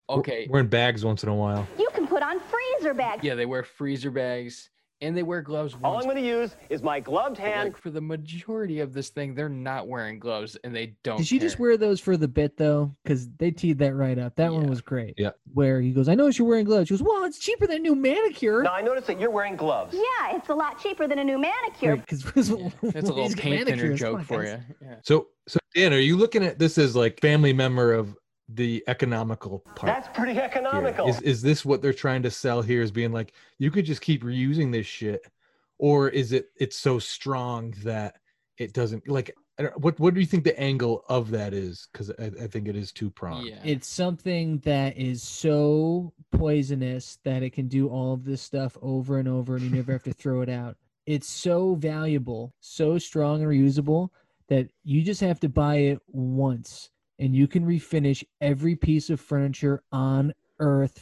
We're- okay, We're in bags once in a while. You can put on freezer bags. yeah, they wear freezer bags and they wear gloves. All once, I'm going to use is my gloved but, hand. like, for the majority of this thing, they're not wearing gloves and they don't. Did she just care. wear those for the bit though? Because they teed that right up. That one was great. Yeah. Where he goes, I noticed you're wearing gloves. She goes, Well, it's cheaper than a new manicure. Now I notice that you're wearing gloves. Yeah, it's a lot cheaper than a new manicure. Because That's a little paint thinner joke for you. Yeah. So, so Dan, are you looking at this as like family member of the economical part? That's pretty here? economical. Is is this what they're trying to sell here? Is being like you could just keep reusing this shit, or is it it's so strong that it doesn't like? I don't, what what do you think the angle of that is? Because I, I think it is two pronged. Yeah. It's something that is so poisonous that it can do all of this stuff over and over, and you never have to throw it out. It's so valuable, so strong and reusable that you just have to buy it once, and you can refinish every piece of furniture on Earth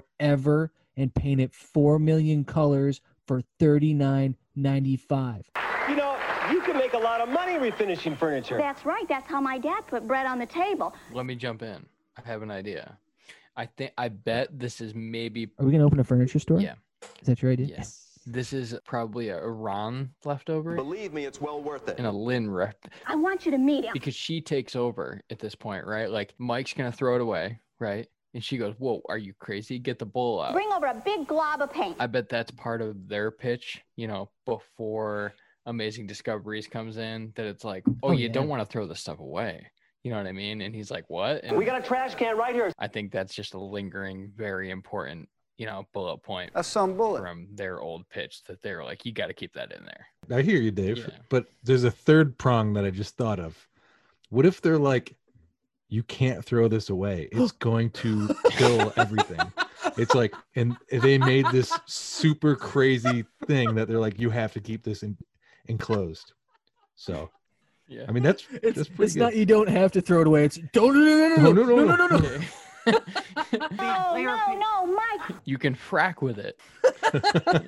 forever and paint it four million colors for thirty nine ninety five. You know, you can make a lot of money refinishing furniture. That's right. That's how my dad put bread on the table. Let me jump in. I have an idea. I think I bet this is maybe Are we gonna open a furniture store? Yeah. Is that your idea? yes. This is probably a Iran leftover Believe me, it's well worth it. and a Lynn rep I want you to meet him. because she takes over at this point, right? Like Mike's gonna throw it away, right? And she goes, "Whoa, are you crazy? Get the bowl out." Bring over a big glob of paint. I bet that's part of their pitch, you know, before Amazing Discoveries comes in, that it's like, "Oh, Oh, you yeah. don't want to throw this stuff away." You know what I mean? And he's like, "What?" And We got a trash can right here. I think that's just a lingering, very important, you know, bullet point That's some bullet. from their old pitch that they were like, "You got to keep that in there." I hear you, Dave. Yeah. But there's a third prong that I just thought of. What if they're like, you can't throw this away. It's going to kill everything. It's like, and they made this super crazy thing that they're like, you have to keep this in, enclosed. So, Yeah. I mean, that's It's, that's pretty it's good. not you don't have to throw it away. It's don't No, no no no no no no, no, no. No, Oh, no, no, Mike. you can frack with it.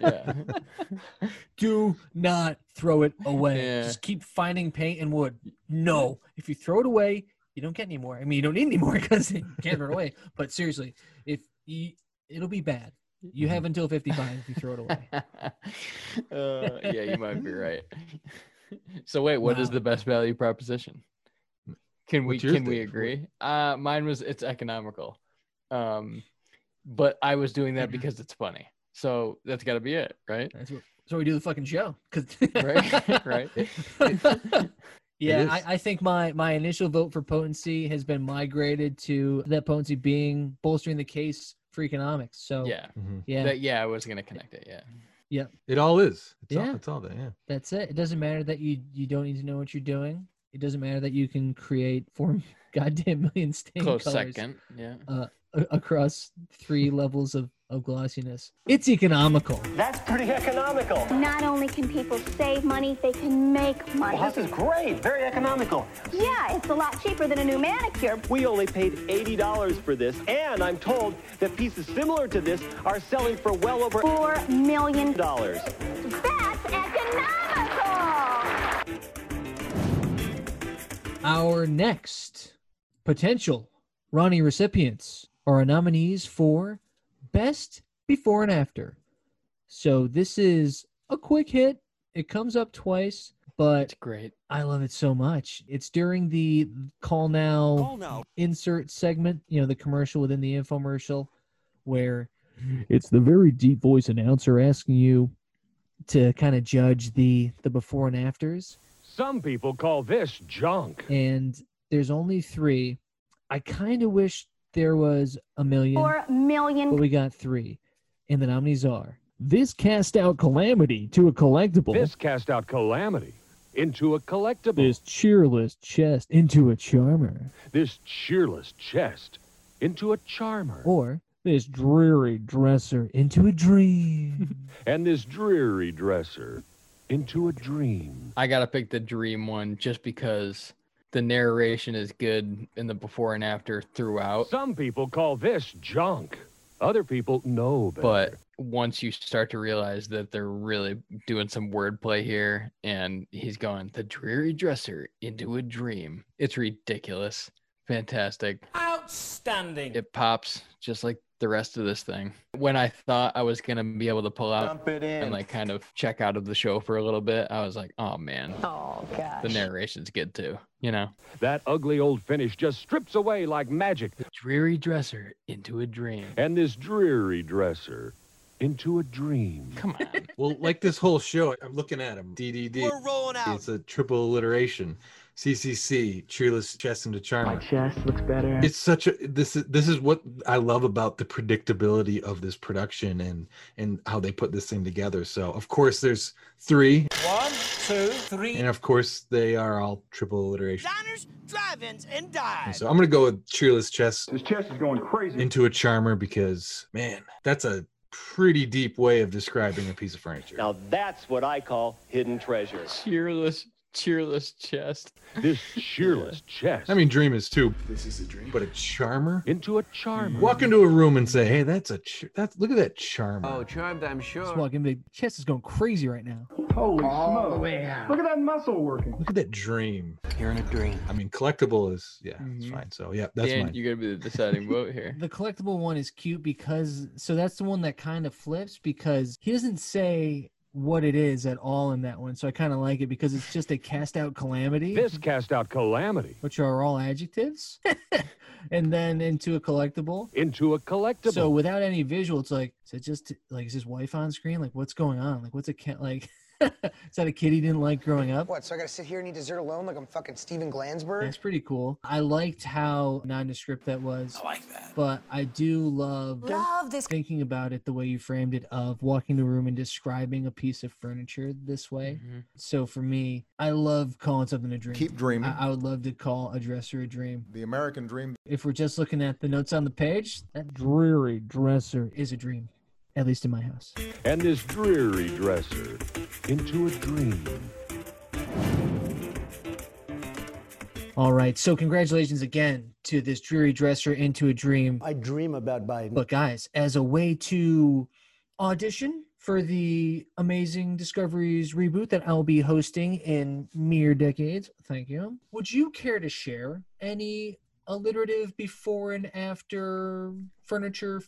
yeah. do not throw it away. Yeah. Just keep finding paint and wood. No, if you throw it away, you don't get any more. I mean, you don't need any more because you can't throw it away. But seriously, if you, it'll be bad. You have until 55 if you throw it away. uh, yeah, you might be right. So wait, what is Wow. the best value proposition? Can we What's yours, can we Dave? What- agree? Uh, mine was it's economical, um, but I was doing that because it's funny. So that's got to be it, right? That's what, so we do the fucking show. 'cause- Right, right. Yeah, is. I, I think my my initial vote for potency has been migrated to that potency being bolstering the case for economics. So Oh, Yeah, Mhm. yeah, That, yeah. I was gonna connect it. Yeah, It all is. It's Yeah. all, it's all that. Yeah. That's it. It doesn't matter that you you don't need to know what you're doing. It doesn't matter that you can create four goddamn million stain close colors second. Yeah. Uh, a- across three levels of of glossiness. It's economical. That's pretty economical. Not only can people save money, they can make money. Well, this is great. Very economical. Yeah, it's a lot cheaper than a new manicure. We only paid $80 for this, and I'm told that pieces similar to this are selling for well over $4 million. That's economical. Our next potential Ronnie recipients are our nominees for Best Before and After. So this is a quick hit. It comes up twice, but it's great. I love it so much. It's during the call now, Call now. insert segment, you know, the commercial within the infomercial where It's the very deep voice announcer asking you. to kind of judge the the before and afters. Some people call this junk. And there's only 3. I kind of wish there was a million. $4 million. But we got 3. And the nominees are This cast out calamity to a collectible. This cast out calamity into a collectible. This cheerless chest into a charmer. This cheerless chest into a charmer. or this dreary dresser into a dream. And this dreary dresser into a dream. I gotta pick the dream one just because the narration is good in the before and after throughout. Some people call this junk. Other people know better. But once you start to realize that they're really doing some wordplay here, and he's going the dreary dresser into a dream. It's ridiculous. Fantastic. Outstanding. It pops just like the rest of this thing. When I thought I was gonna be able to pull out Dump it in. and like kind of check out of the show for a little bit, I was like, oh man, Oh, gosh. the narration's good too. You know, that ugly old finish just strips away like magic. dreary dresser into a dream. And this dreary dresser into a dream. Come on. Well, like this whole show, I'm looking at him. DDD. We're rolling out. It's a triple alliteration. CCC, treeless chest into My charmer. chest looks better. It's such a this is this is what I love about the predictability of this production and and how they put this thing together. So of course there's three, One, two, three. and of course they are all triple alliteration. Diners, drive-ins, and dives. So I'm gonna go with treeless chest This chest is going crazy. into a charmer because man, that's a pretty deep way of describing a piece of furniture. Now that's what I call hidden treasure. Cheerless, cheerless chest. This cheerless chest I mean, dream is too. This is a dream. But a charmer. into a charmer. Walk into a room and say, "Hey, that's a ch- that's look at that charmer." Oh, charmed, I'm Just sure. walking, the chest is going crazy right now. Holy All the smoke. way out. Look at that muscle working. look at that dream. You're in a dream. I mean, collectible is yeah, it's Mhm. fine. So yeah, that's Dan, mine. you're gonna be the deciding vote here. The collectible one is cute because so that's the one that kind of flips because he doesn't say what it is at all in that one. So I kind of like it because it's just a cast out calamity, This cast out calamity which are all adjectives, and then into a collectible. into a collectible. So without any visual, it's like is it just like is his wife on screen? Like what's going on? Like what's a cat like? is that a kid he didn't like growing up? What? So I gotta sit here and eat dessert alone like I'm fucking Steven Glansberg? That's pretty cool. I liked how nondescript that was. I like that. But I do love Love this. thinking about it the way you framed it of walking the room and describing a piece of furniture this way. Mhm. So for me, I love calling something a dream. Keep dreaming. I, I would love to call a dresser a dream. The American dream. If we're just looking at the notes on the page, that dreary dresser is a dream, at least in my house. and this dreary dresser into a dream. All right. So congratulations again to this dreary dresser into a dream. I dream about Biden. But guys, as a way to audition for the Amazing Discoveries reboot that I'll be hosting in mere decades, thank you. Would you care to share any alliterative before and after furniture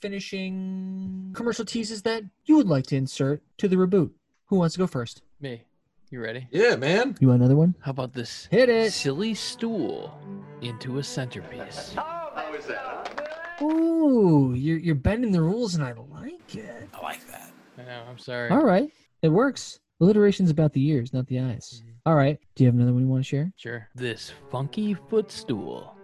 finishing commercial teases that you would like to insert to the reboot? Who wants to go first? Me. You ready? Yeah, man. You want another one? How about this? Hit it. Silly stool into a centerpiece. How is that? Ooh, you're you're bending the rules, and I like it. I like that. I know, I'm sorry. All right, it works. Alliteration's about the ears, not the eyes. All right. Do you have another one you want to share? Sure. This funky footstool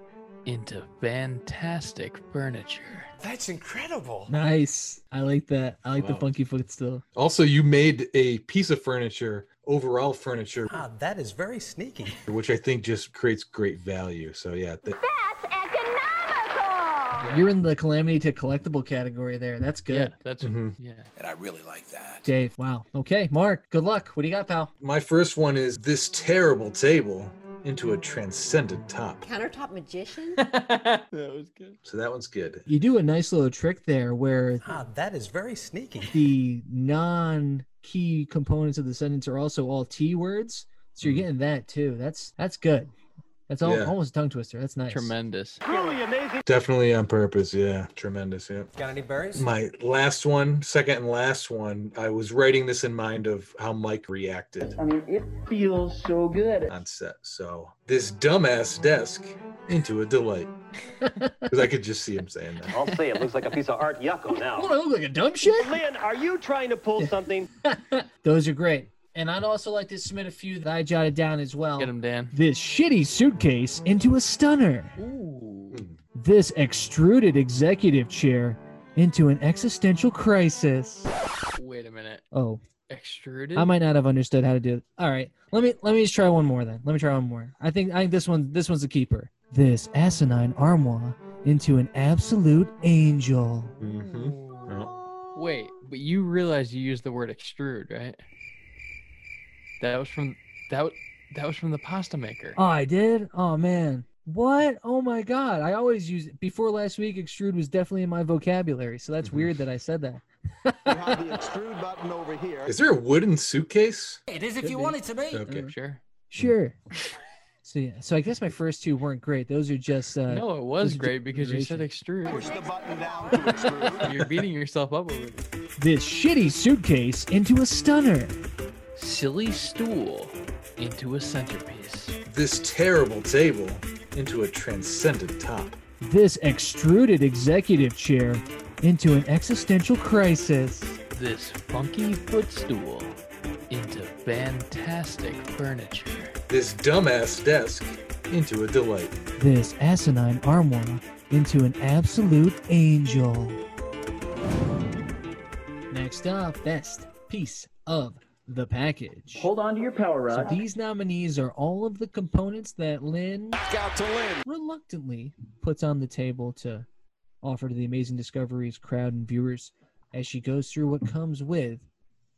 into fantastic furniture. That's incredible. Nice. I like that. I like the Wow. funky footstool. Also, you made a piece of furniture overall furniture, Ah, that is very sneaky. which I think just creates great value. So yeah, th- That's economical. You're in the calamity to collectible category there. That's good. Mm-hmm. Yeah, that's yeah. And I really like that. Dave, wow. Okay, Mark, good luck. What do you got, pal? My first one is this terrible table into a transcendent top. Countertop magician? that was good. So that one's good. You do a nice little trick there where Ah, that is very sneaky. the non key components of the sentence are also all T words. So you're getting that too. That's that's good. That's all, Yeah. almost a tongue twister. That's nice. Tremendous. Truly amazing. Definitely on purpose. Yeah. Tremendous. Yeah. Got any berries? My last one, second and last one, I was writing this in mind of how Mike reacted I mean, it feels so good. on set. So this dumbass desk into a delight. Because I could just see him saying that. I'll say it looks like a piece of art yucko now. What, I look like a dumb shit? Lynn, are you trying to pull something? Those are great. And I'd also like to submit a few that I jotted down as well. Get him, Dan. This shitty suitcase into a stunner. This extruded executive chair into an existential crisis. Wait a minute. Oh, Extruded. I might not have understood how to do it. All right, let me let me just try one more then. Let me try one more. I think I think this one this one's a keeper. This asinine armoire into an absolute angel. Mm-hmm. Wait, but you realize you used the word extrude, right? That was from that. wa- That was from the pasta maker. Oh, I did. Oh man, what? Oh my god! I always use before last week. Extrude was definitely in my vocabulary, so that's weird that I said that. You have the extrude button over here. Is there a wooden suitcase? It is if Could you be. want it to be. Okay. Sure. Uh, Sure. so yeah, so I guess my first two weren't great. Those are just uh, No, it was just great because you said Push extrude. the button down to extrude. You're beating yourself up over it. This shitty suitcase into a stunner. Silly stool into a centerpiece. This terrible table into a transcendent top. This extruded executive chair into an existential crisis. This funky footstool into fantastic furniture. This dumbass desk into a delight. This asinine armoire into an absolute angel. Next up, best piece of the package. Hold on to your power So rod. these nominees are all of the components that Lynn Out to Lynn. reluctantly puts on the table to offer to the Amazing Discoveries crowd and viewers as she goes through what comes with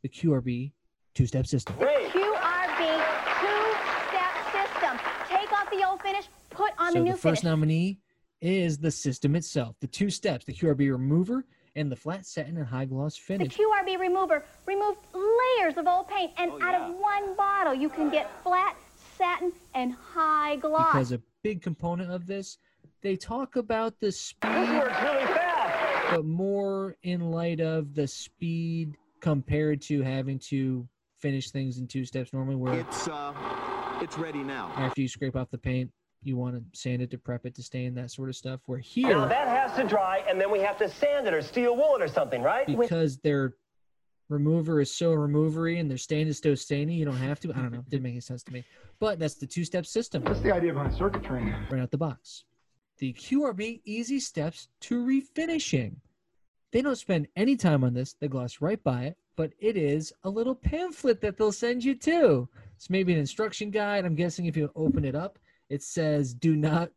the QRB two step system. QRB two-step system. Take off the old finish, put on so the the new first finish. nominee is the system itself the two steps, the QRB remover and the flat satin and high gloss the finish. QRB remover removes layers of old paint, and out of one bottle, you can get flat, satin, and high gloss. Because a big component of this, they talk about the This speed works really fast. but more in light of the speed compared to having to finish things in two steps normally where It's uh, it's ready now. after you scrape off the paint you want to sand it to prep it to stain that sort of stuff where Now here that has to dry, and then we have to sand it or steel wool it or something, right? because their remover is so removery and their stain is so stainy you don't have to i don't know it didn't make any sense to me but that's the two-step system That's the idea behind circuit training. right out the box. The QRB easy steps to refinishing. They don't spend any time on this, they gloss right by it, but it is a little pamphlet that they'll send you too. It's maybe an instruction guide. I'm guessing if you open it up, it says, do not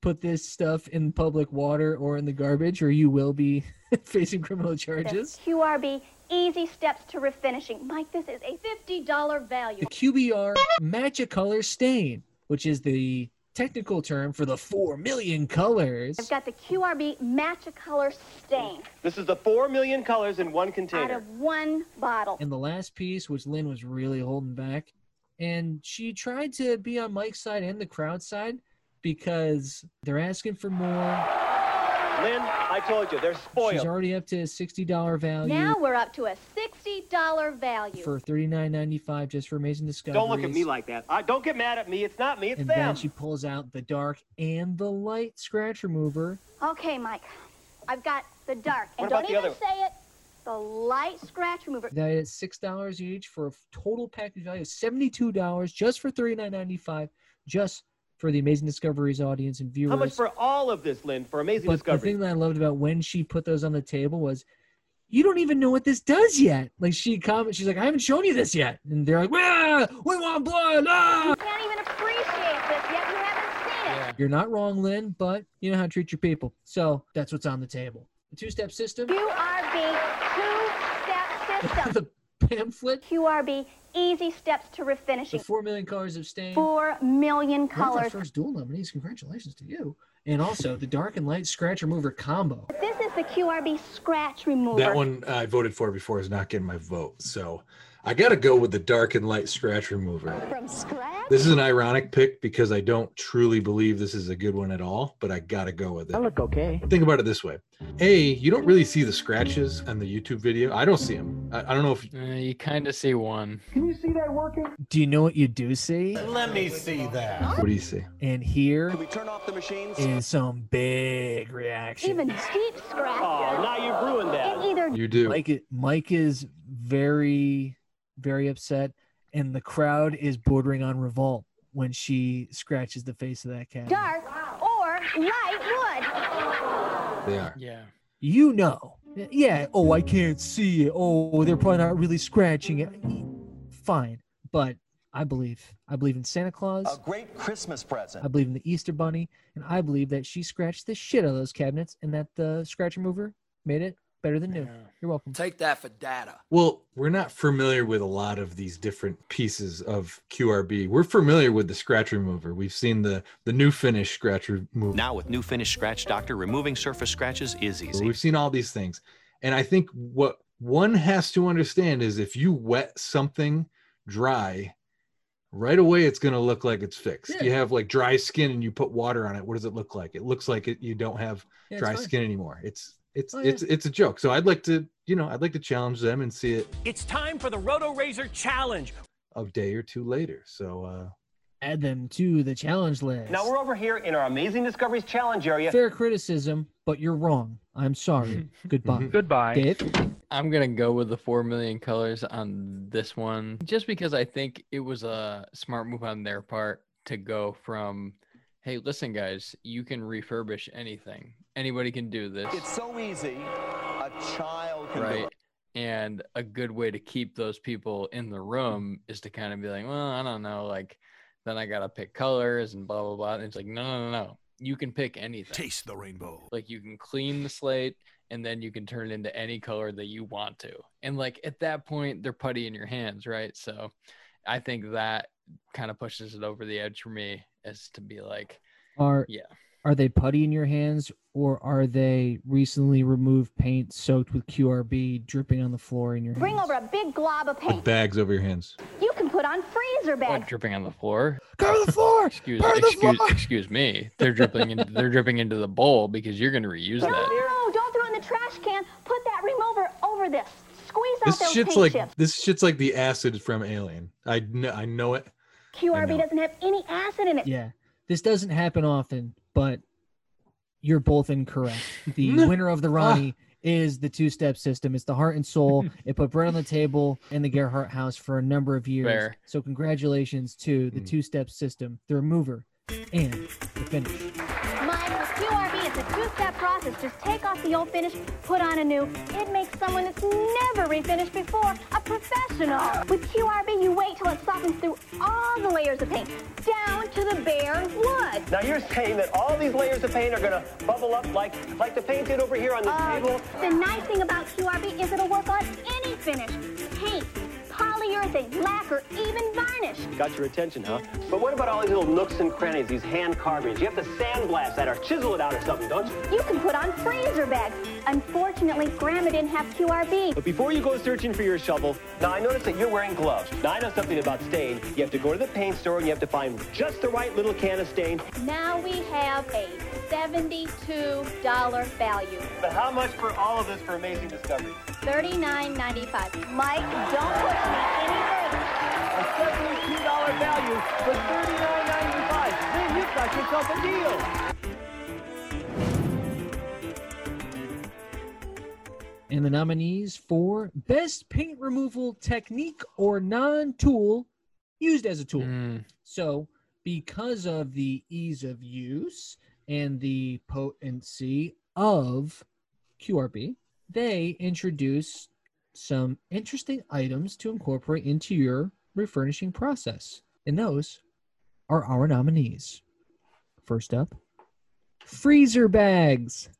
put this stuff in public water or in the garbage, or you will be facing criminal charges. QRB easy steps to refinishing. Mike, this is a $50 value. The QBR Magic Color Stain, which is the technical term for the 4 million colors. I've got the QRB Matchacolor stain This is the four million colors in one out container. of one bottle. and the last piece, which Lynn was really holding back, and she tried to be on Mike's side and the crowd side because they're asking for more. Lynn, I told you, they're She's spoiled. already up to a sixty dollar value Now we're up to a $60 value. for thirty nine ninety five just for Amazing Discovery. Don't look at me like that. I, don't get mad at me. It's not me. It's And them. then she pulls out the dark and the light scratch remover. Okay, Mike. I've got the dark. And What don't about the even other- say it. The light scratch remover. That is six dollars each for a total package value of seventy two dollars just for thirty nine ninety five, just for the Amazing Discoveries audience and viewers. How much for all of this, Lynn? For amazing but the discovery. thing that I loved about when she put those on the table was, you don't even know what this does yet. Like she comments, she's like, I haven't shown you this yet, and they're like, "Wah, we want blood. Ah! You can't even appreciate this yet. You haven't seen it. Yeah. You're not wrong, Lynn, but you know how to treat your people. So that's what's on the table. The two step system. QRB two-step system. the pamphlet. QRB easy steps to The refinishing. four million colors of stain. Four million One of our colors. first dual nominees. Congratulations to you. And also the dark and light scratch remover combo. This is the QRB scratch remover. That one I voted for before is not getting my vote. So I got to go with the dark and light scratch remover. From scratch? This is an ironic pick because I don't truly believe this is a good one at all, but I got to go with it. I look okay. Think about it this way A, you don't really see the scratches on the YouTube video. I don't see them. I, I don't know if Uh, you kind of see one. Can you see that working? Do you know what you do see? Let me see that. What do you see? And here The machines. is some big reaction. Even deep scratch. Oh, now you've ruined that. It either You do. Mike, i- Mike is very, very upset, and the crowd is bordering on revolt when she scratches the face of that cat. dark or light wood. They are. Yeah. You know. Yeah. Oh, I can't see it. Oh, they're probably not really scratching it. Fine, but I believe. I believe in Santa Claus. A great Christmas present. I believe in the Easter Bunny, and I believe that she scratched the shit out of those cabinets, and that the scratch remover made it better than new. You're welcome. Take that for data. Well, we're not familiar with a lot of these different pieces of QRB. We're familiar with the scratch remover. We've seen the the new finish scratch remover. Now with New Finish Scratch Doctor, removing surface scratches is easy. We've seen all these things. And I think what one has to understand is if you wet something dry, right away it's going to look like it's fixed. You Yeah. have like dry skin and you put water on it. What does it look like? It looks like it, you don't have Yeah, it's dry fine. skin anymore. It's it's Oh, yeah. it's it's a joke. So I'd like to, you know, I'd like to challenge them and see it It's time for the Roto Razor Challenge. a day or two later. So uh Add them to the challenge list. Now we're over here in our Amazing Discoveries Challenge area. Fair criticism, but you're wrong. I'm sorry. Goodbye. Goodbye. Dave? I'm gonna go with the four million colors on this one, just because I think it was a smart move on their part to go from, hey, listen, guys, you can refurbish anything. Anybody can do this, It's so easy. A child can do right? it. And a good way to keep those people in the room is to kind of be like, well, I don't know, like, then I gotta pick colors and blah blah blah. And it's like, no, no, no, no. You can pick anything. Taste the rainbow. Like you can clean the slate and then you can turn it into any color that you want to. And like at that point, they're putty in your hands, right? So I think that kind of pushes it over the edge for me as to be like, Are yeah. are they putty in your hands or are they recently removed paint soaked with QRB dripping on the floor in your hand? Bring over a big glob of paint. bags over your hands. You can put on freezer bags. dripping on the floor. Cover the floor. Excuse, excuse, excuse me. They're dripping into they're dripping into the bowl because you're gonna reuse No, that. no, don't throw it in the trash can. Put that remover over this. Squeeze out This those shit's paint like chips. this shit's like the acid from Alien. I know I know it. QRB doesn't have any acid in it. Yeah. This doesn't happen often, but you're both incorrect. The winner of the Ronnie is the two step system. It's the heart and soul. it put bread on the table in the Gerhardt house for a number of years. Fair. So, congratulations to the two step system, the remover, and the finish. Mine with QRB, it's a two-step process. Just take off the old finish, put on a new. It makes someone that's never refinished before a professional. With QRB, you wait till it softens through all the layers of paint, down to the bare wood. Now you're saying that all these layers of paint are gonna bubble up like like the paint did over here on the table. Uh, The nice thing about QRB is it'll work on any finish. Paint, polyurethane, lacquer, even varnish. Got your attention, huh? But what about all these little nooks and crannies, these hand carvings? You have to sandblast that or chisel it out or something, don't you? You can put on freezer bags. Unfortunately, Grandma didn't have QRB. But before you go searching for your shovel, now I notice that you're wearing gloves. Now I know something about stain. You have to go to the paint store and you have to find just the right little can of stain. Now we have a $72 value. But how much for all of this for amazing discovery? $39.95. Mike, don't push me any further. A $72 value for $39.95. Then you've got yourself a deal. And the nominees for best paint removal technique or non tool used as a tool. Hmm. So, because of the ease of use and the potency of QRB, they introduce some interesting items to incorporate into your refurnishing process. And those are our nominees. First up, freezer bags.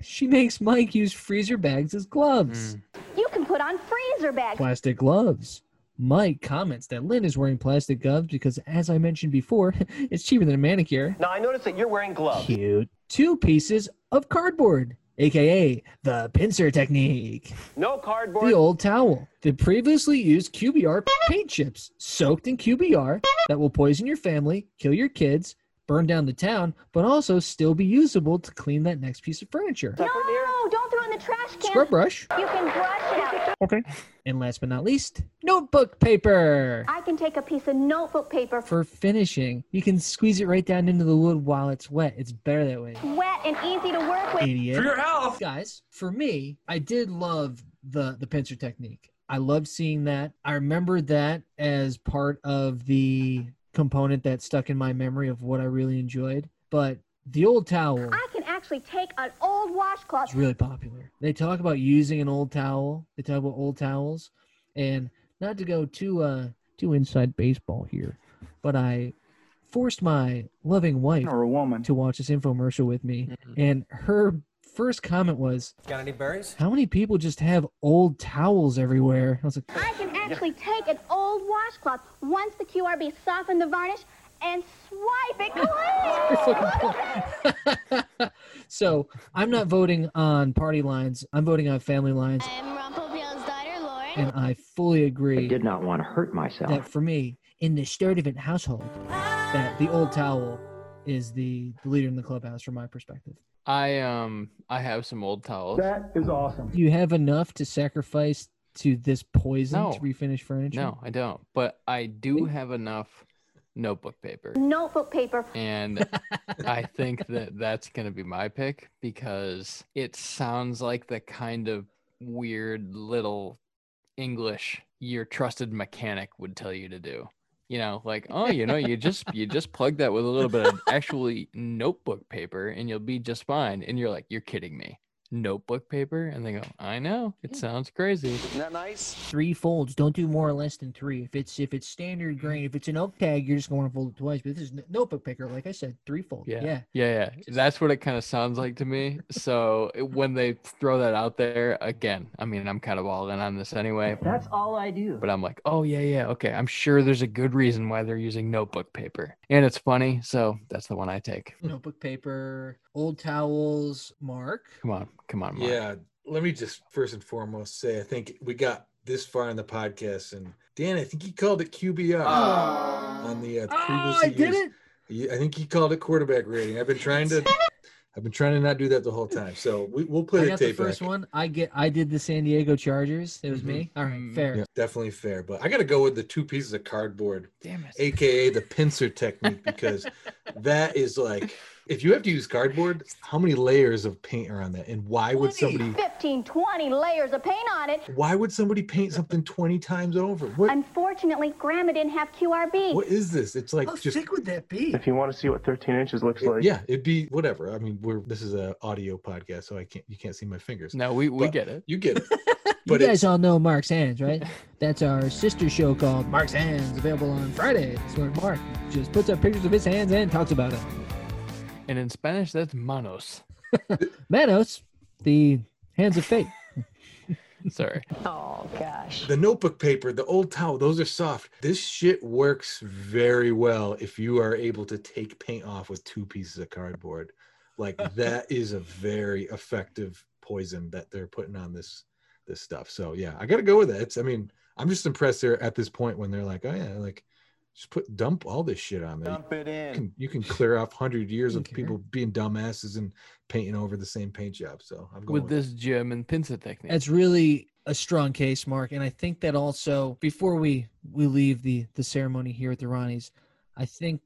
She makes Mike use freezer bags as gloves. Mm. You can put on freezer bags. Plastic gloves. Mike comments that Lynn is wearing plastic gloves because, as I mentioned before, it's cheaper than a manicure. Now I noticed that you're wearing gloves. Cute. Two pieces of cardboard, aka the pincer technique. No cardboard. The old towel. The previously used QBR paint chips soaked in QBR that will poison your family, kill your kids, burn down the town, but also still be usable to clean that next piece of furniture. No, don't throw in the trash can. Scrub brush. You can brush it out. Okay. And last but not least, notebook paper. I can take a piece of notebook paper. For finishing, you can squeeze it right down into the wood while it's wet. It's better that way. Wet and easy to work with. Idiot. For your health. Guys, for me, I did love the the pincer technique. I loved seeing that. I remember that as part of the component that stuck in my memory of what I really enjoyed. But the old towel. I can actually take an old washcloth. It's really popular. They talk about using an old towel. They talk about old towels, and not to go too uh too inside baseball here, but I forced my loving wife or a woman to watch this infomercial with me, and her first comment was, Mm-hmm. "Got any berries?" How many people just have old towels everywhere? I was like, I can actually take an old washcloth once the QRB softened the varnish and swipe it clean. so I'm not voting on party lines. I'm voting on family lines. I'm Rumpelpeel's daughter, Lauren. And I fully agree. I did not want to hurt myself. That for me, in the Sturdivant household, that the old towel is the, the leader in the clubhouse from my perspective. I um I have some old towels. That is awesome. You have enough to sacrifice to this poison No. to refinish furniture? No, I don't. But I do have enough notebook paper. Notebook paper. And I think that that's going to be my pick because it sounds like the kind of weird little English your trusted mechanic would tell you to do. You know, like, oh, you know, you just you just plug that with a little bit of actually notebook paper and you'll be just fine. And you're like, you're kidding me. Notebook paper? And they go, I know. It sounds crazy. Isn't that nice? Three folds. Don't do more or less than three. If it's if it's standard grain, if it's an oak tag, you're just going to fold it twice. But this is n- notebook picker, like I said, three fold. Yeah. yeah yeah yeah that's what it kind of sounds like to me so it- when they throw that out there again i mean i'm kind of all in on this anyway That's all I do. but i'm like oh yeah yeah okay i'm sure there's a good reason why they're using notebook paper and it's funny so that's the one i take Notebook paper, old towels. Mark, come on come on Mark. Yeah, let me just first and foremost say I think we got this far in the podcast, and Dan, I think he called it QBR on the uh, the Oh, previous I did years. it. Yeah, I think he called it quarterback rating. I've been trying to, I've been trying to not do that the whole time. So we, we'll play I the got the tape first back. Mm-hmm. one. I get. I did the San Diego Chargers. It was me. All right, fair. Yeah, definitely fair, but I got to go with the two pieces of cardboard, damn it aka the pincer technique, because that is like if you have to use cardboard, how many layers of paint are on that, and why would somebody? 15, 20 layers of paint on it. Why would somebody paint something twenty times over? What Unfortunately, Grandma didn't have QRB. What is this? It's like How just thick would that be? If you want to see what 13 inches looks like, yeah, it'd be whatever. I mean, we're this is a audio podcast, so I can't you can't see my fingers. no we we But get it You get it. You But guys it's, all know Mark's Hands, right? That's our sister show called Mark's Hands, available on Fridays, where Mark just puts up pictures of his hands and talks about it. and in spanish that's manos Manos, the hands of fate. sorry Oh, gosh. the notebook paper, the old towel, those are soft. This shit works very well if you are able to take paint off with two pieces of cardboard. Like that is a very effective poison that they're putting on this this stuff. So yeah, I gotta go with that. It's I mean, I'm just impressed they're at this point when they're like, oh yeah, like just put dump all this shit on there. Dump it in. can you can clear off hundred years of Okay. people being dumbasses and painting over the same paint job. So I'm going with this german pincer technique That's really a strong case, Mark. And I think that also before we we leave the the ceremony here at the Ronnies, I think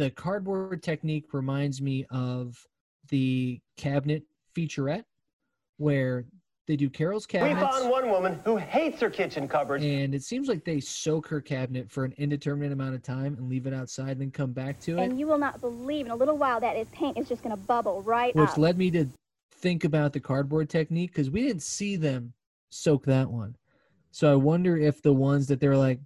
the cardboard technique reminds me of the cabinet featurette where they do Carol's We cabinets. found one woman who hates her kitchen cupboard. and it seems like they soak her cabinet for an indeterminate amount of time and leave it outside and then come back to it And you will not believe in a little while that it- paint is just going to bubble right which up. led me to think about the cardboard technique because we didn't see them soak that one so i wonder if the ones that they're like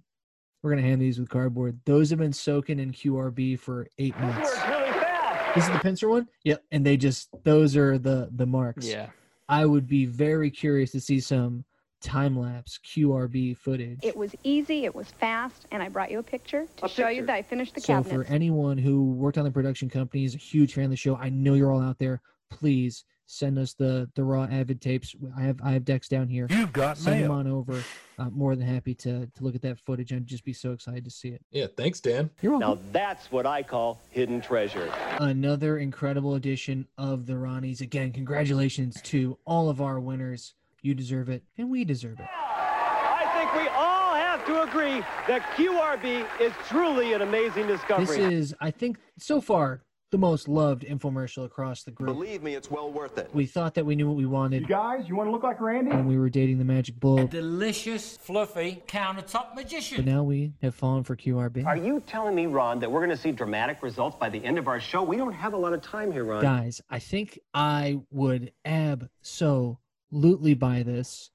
we're going to hand these with cardboard those have been soaking in qrb for eight This months works really fast. This is the pincer one. Yep. And they just those are the the marks. Yeah. I would be very curious to see some time lapse QRB footage. It was easy, it was fast, and I brought you a picture to A show you picture. that I finished the so cabinet. for anyone who worked on the production company is a huge fan of the show i know you're all out there please send us the the raw avid tapes i have i have decks down here You've got send them mail. on over i'm more than happy to to look at that footage i'd just be so excited to see it Yeah, thanks, Dan. You're Now that's what I call hidden treasure. another incredible edition of the ronnies again congratulations to all of our winners you deserve it and we deserve it I think we all have to agree that QRB is truly an amazing discovery. this is i think so far the most loved infomercial across the group Believe me, it's well worth it. we thought that we knew what we wanted Guys, you want to look like Randy? when we were dating the magic bull Delicious, fluffy countertop But magician. now we have fallen for QRB. Are you telling me, Ron, that we're going to see dramatic results by the end of our show? We don't have a lot of time here, Ron. Guys, I think I would absolutely buy this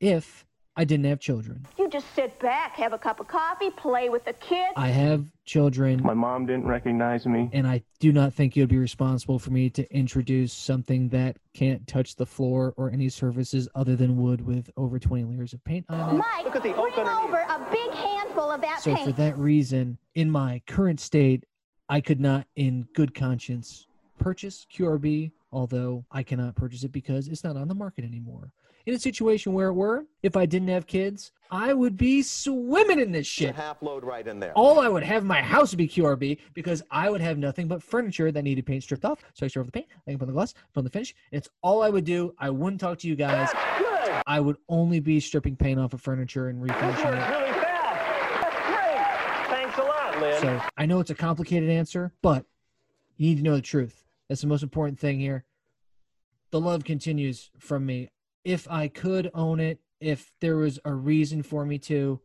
if I didn't have children. You just sit back, have a cup of coffee, play with the kids. I have children, My mom didn't recognize me. and I do not think you'd be responsible for me to introduce something that can't touch the floor or any surfaces other than wood with over 20 layers of paint on it. Mike, bring over a big handful of that So, paint. for that reason, in my current state, I could not, in good conscience, purchase QRB, although I cannot purchase it because it's not on the market anymore. In a situation where it were, if I didn't have kids, I would be swimming in this It's a shit. half load right in Oh. there. All I would have in my house would be QRB because I would have nothing but furniture that needed paint stripped off. So I strip off the paint, I can put on the gloss, put on the finish. It's all I would do. I wouldn't talk to you guys. I would only be stripping paint off of furniture and This refinishing it. worked really fast. That's great. Thanks a lot, Lynn. So I know it's a complicated answer, but you need to know the truth. That's the most important thing here. The love continues from me. If I could own it, if there was a reason for me to,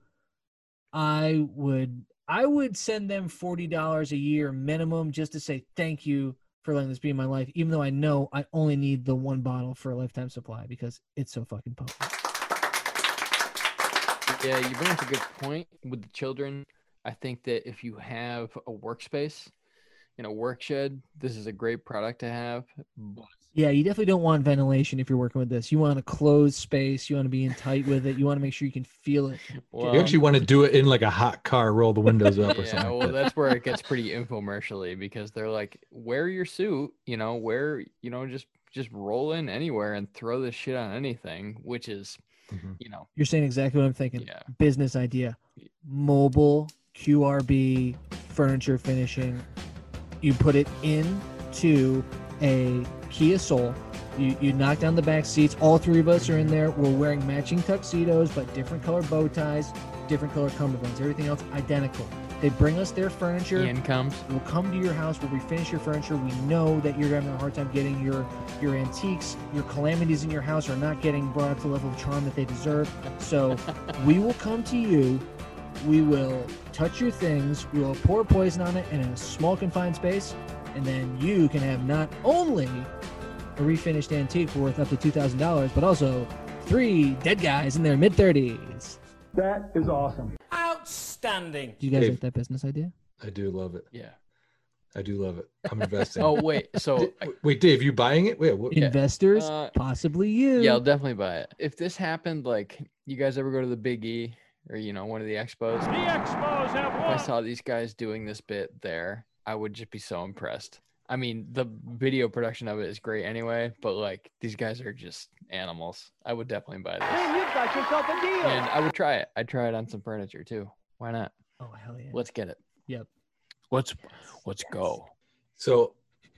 I would I would send them forty dollars a year minimum just to say thank you for letting this be in my life, even though I know I only need the one bottle for a lifetime supply because it's so fucking potent. Yeah, you bring up a good point with the children. I think that if you have a workspace and a work shed, this is a great product to have. But Yeah, you definitely don't want ventilation if you're working with this. You want a closed space. You want to be in tight with it. You want to make sure you can feel it. you well, um, actually want to do it in like a hot car, roll the windows up or yeah, something. well, that's where it gets pretty infomercially because they're like, wear your suit, you know, wear, you know, just just roll in anywhere and throw this shit on anything, which is, Mm-hmm. you know, You're saying exactly what I'm thinking. Yeah. Business idea. Mobile QRB furniture finishing. You put it into a Kia Soul. You, you knock down the back seats. All three of us are in there. We're wearing matching tuxedos, but different color bow ties, different color cummerbunds. Everything else identical. They bring us their furniture. Ian comes. We'll come to your house. We'll refinish your furniture. We know that you're having a hard time getting your your antiques, your calamities in your house are not getting brought up to the level of charm that they deserve. So we will come to you. We will touch your things. We will pour poison on it in a small confined space, and then you can have not only a refinished antique worth up to two thousand dollars, but also three dead guys in their mid thirties. That is awesome. Outstanding. Do you guys Dave. like that business idea? I do love it. Yeah. I do love it. I'm investing. Oh, wait. So, I- wait, Dave, you buying it? Wait, what? Yeah. Investors, Uh, possibly you. yeah, I'll definitely buy it. If this happened, like, you guys ever go to the Big E or, you know, one of the expos? The Expos have if I won. saw these guys doing this bit there, I would just be so impressed. I mean, the video production of it is great anyway, but like these guys are just animals. I would definitely buy this. Lynn, you've got yourself a deal. And I would try it. I'd try it on some furniture too. Why not? oh hell yeah. Let's get it. Yep. Let's let's go. So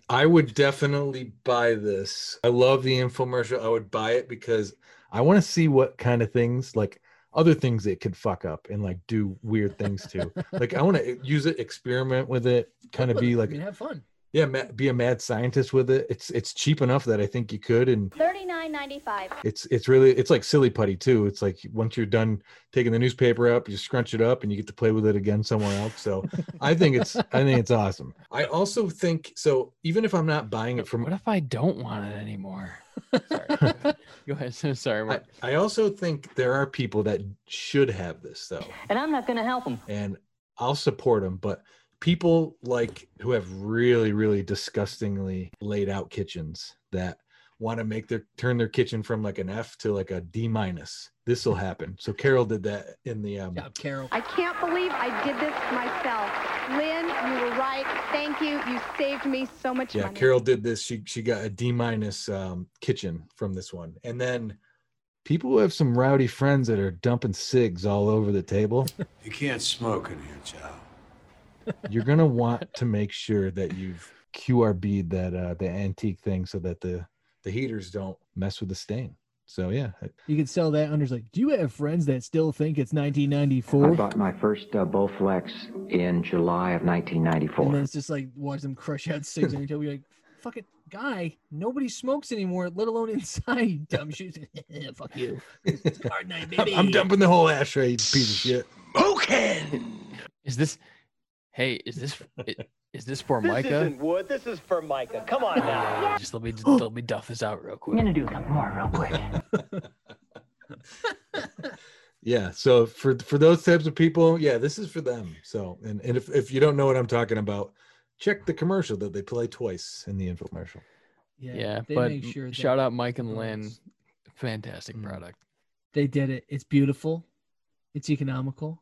I would definitely buy this. I love the infomercial. I would buy it because I want to see what kind of things like other things it could fuck up and like do weird things to. like I want to use it, experiment with it, kind of be like I mean, have fun. yeah, ma- be a mad scientist with it. It's it's cheap enough that I think you could and Thirty-nine ninety-five. it's it's really it's like silly putty too. It's like once you're done taking the newspaper up, you scrunch it up and you get to play with it again somewhere else. So I think it's I think it's awesome. I also think so even if I'm not buying it from What if I don't want it anymore? Sorry. go ahead. So sorry, I, Mark. I also think there are people that should have this though. And I'm not going to help him. And I'll support them, but people like who have really, really disgustingly laid out kitchens that want to make their turn their kitchen from like an F to like a D minus. This will happen. So Carol did that in the um, job, Carol. I can't believe I did this myself. Lynn, you were right. Thank you. You saved me so much yeah, money. Carol did this. She she got a D minus um, kitchen from this one, and then people who have some rowdy friends that are dumping cigs all over the table. You can't smoke in here, child. you're gonna want to make sure that you've QRB'd that uh, the antique thing so that the the heaters don't mess with the stain. So yeah, You could sell that under's like, do you have friends that still think it's 1994? I bought my first uh, Bowflex in July of And then 1994. it's just like watch them crush out cigs on your table. You're like, fuck it, guy. Nobody smokes anymore, let alone inside. you Dumb shoes. fuck you. It's a hard night, I'm, baby. I'm dumping the whole ashtray, you piece of shit. Is this? Hey, is this? i- Is this for This Micah? isn't wood. This is for Micah. Come on now. Just let me let me duff this out real quick. I'm gonna do a couple more real quick. Yeah. So for for those types of people, yeah, this is for them. So and, and if, if you don't know what I'm talking about, check the commercial that they play twice in the infomercial. Yeah, they but make sure that Mm. shout out Mike and promotes. Lynn. Fantastic product. They did it. It's beautiful. It's economical.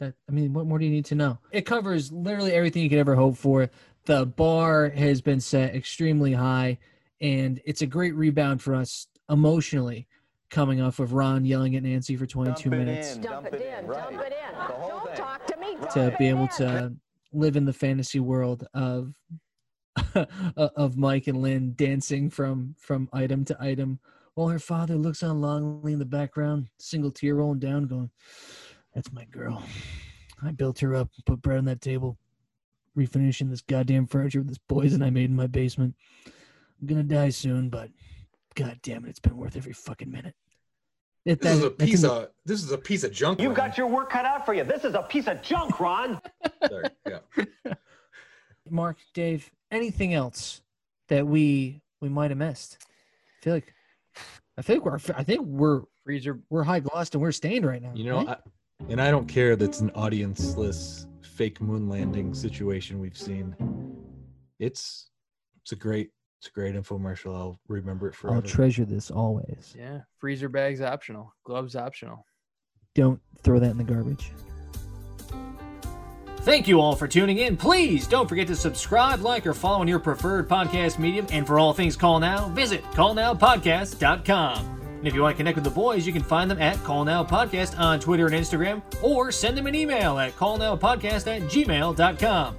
That I mean, what more do you need to know? It covers literally everything you could ever hope for. The bar has been set extremely high, and it's a great rebound for us emotionally, coming off of Ron yelling at Nancy for 22 Dump it minutes in, Dump it in, dump right. it in. The whole Don't thing. talk to me. Dump to it be able in. to live in the fantasy world of of Mike and Lynn dancing from from item to item while her father looks on longingly in the background, single tear rolling down, going, That's my girl. I built her up, put bread on that table, refinishing this goddamn furniture with this poison I made in my basement. I'm gonna die soon, but god damn it, it's been worth every fucking minute. That- This is a that- that's in piece the- of this is a piece of junk. You've Ron. got your work cut out for you. This is a piece of junk, Ron. Sorry, yeah. Mark, Dave, anything else that we we might have missed? I feel like I think we're I think we're Freezer. we're high glossed and we're stained right now. You know, I, and I don't care that's an audienceless fake moon landing situation we've seen. It's it's a great it's a great infomercial. I'll remember it I'll forever. treasure this always. Yeah, freezer bags optional. Gloves optional. Don't throw that in the garbage. Thank you all for tuning in. Please don't forget to subscribe, like, or follow on your preferred podcast medium. And for all things Call Now, visit callnowpodcast.com. And if you want to connect with the boys, you can find them at Call Now Podcast on Twitter and Instagram, or send them an email at callnowpodcast at gmail.com.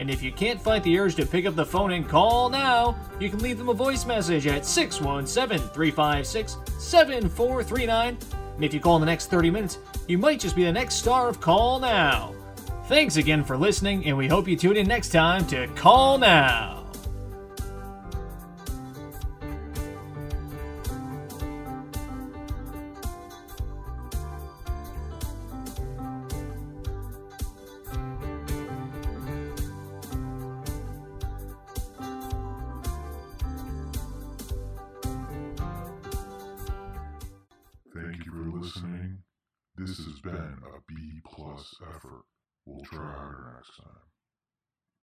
And if you can't fight the urge to pick up the phone and call now, you can leave them a voice message at 617 356 7439. And if you call in the next 30 minutes, you might just be the next star of Call Now. Thanks again for listening, and we hope you tune in next time to Call Now. Thank you for listening. This has been a B plus effort. We'll try harder next time.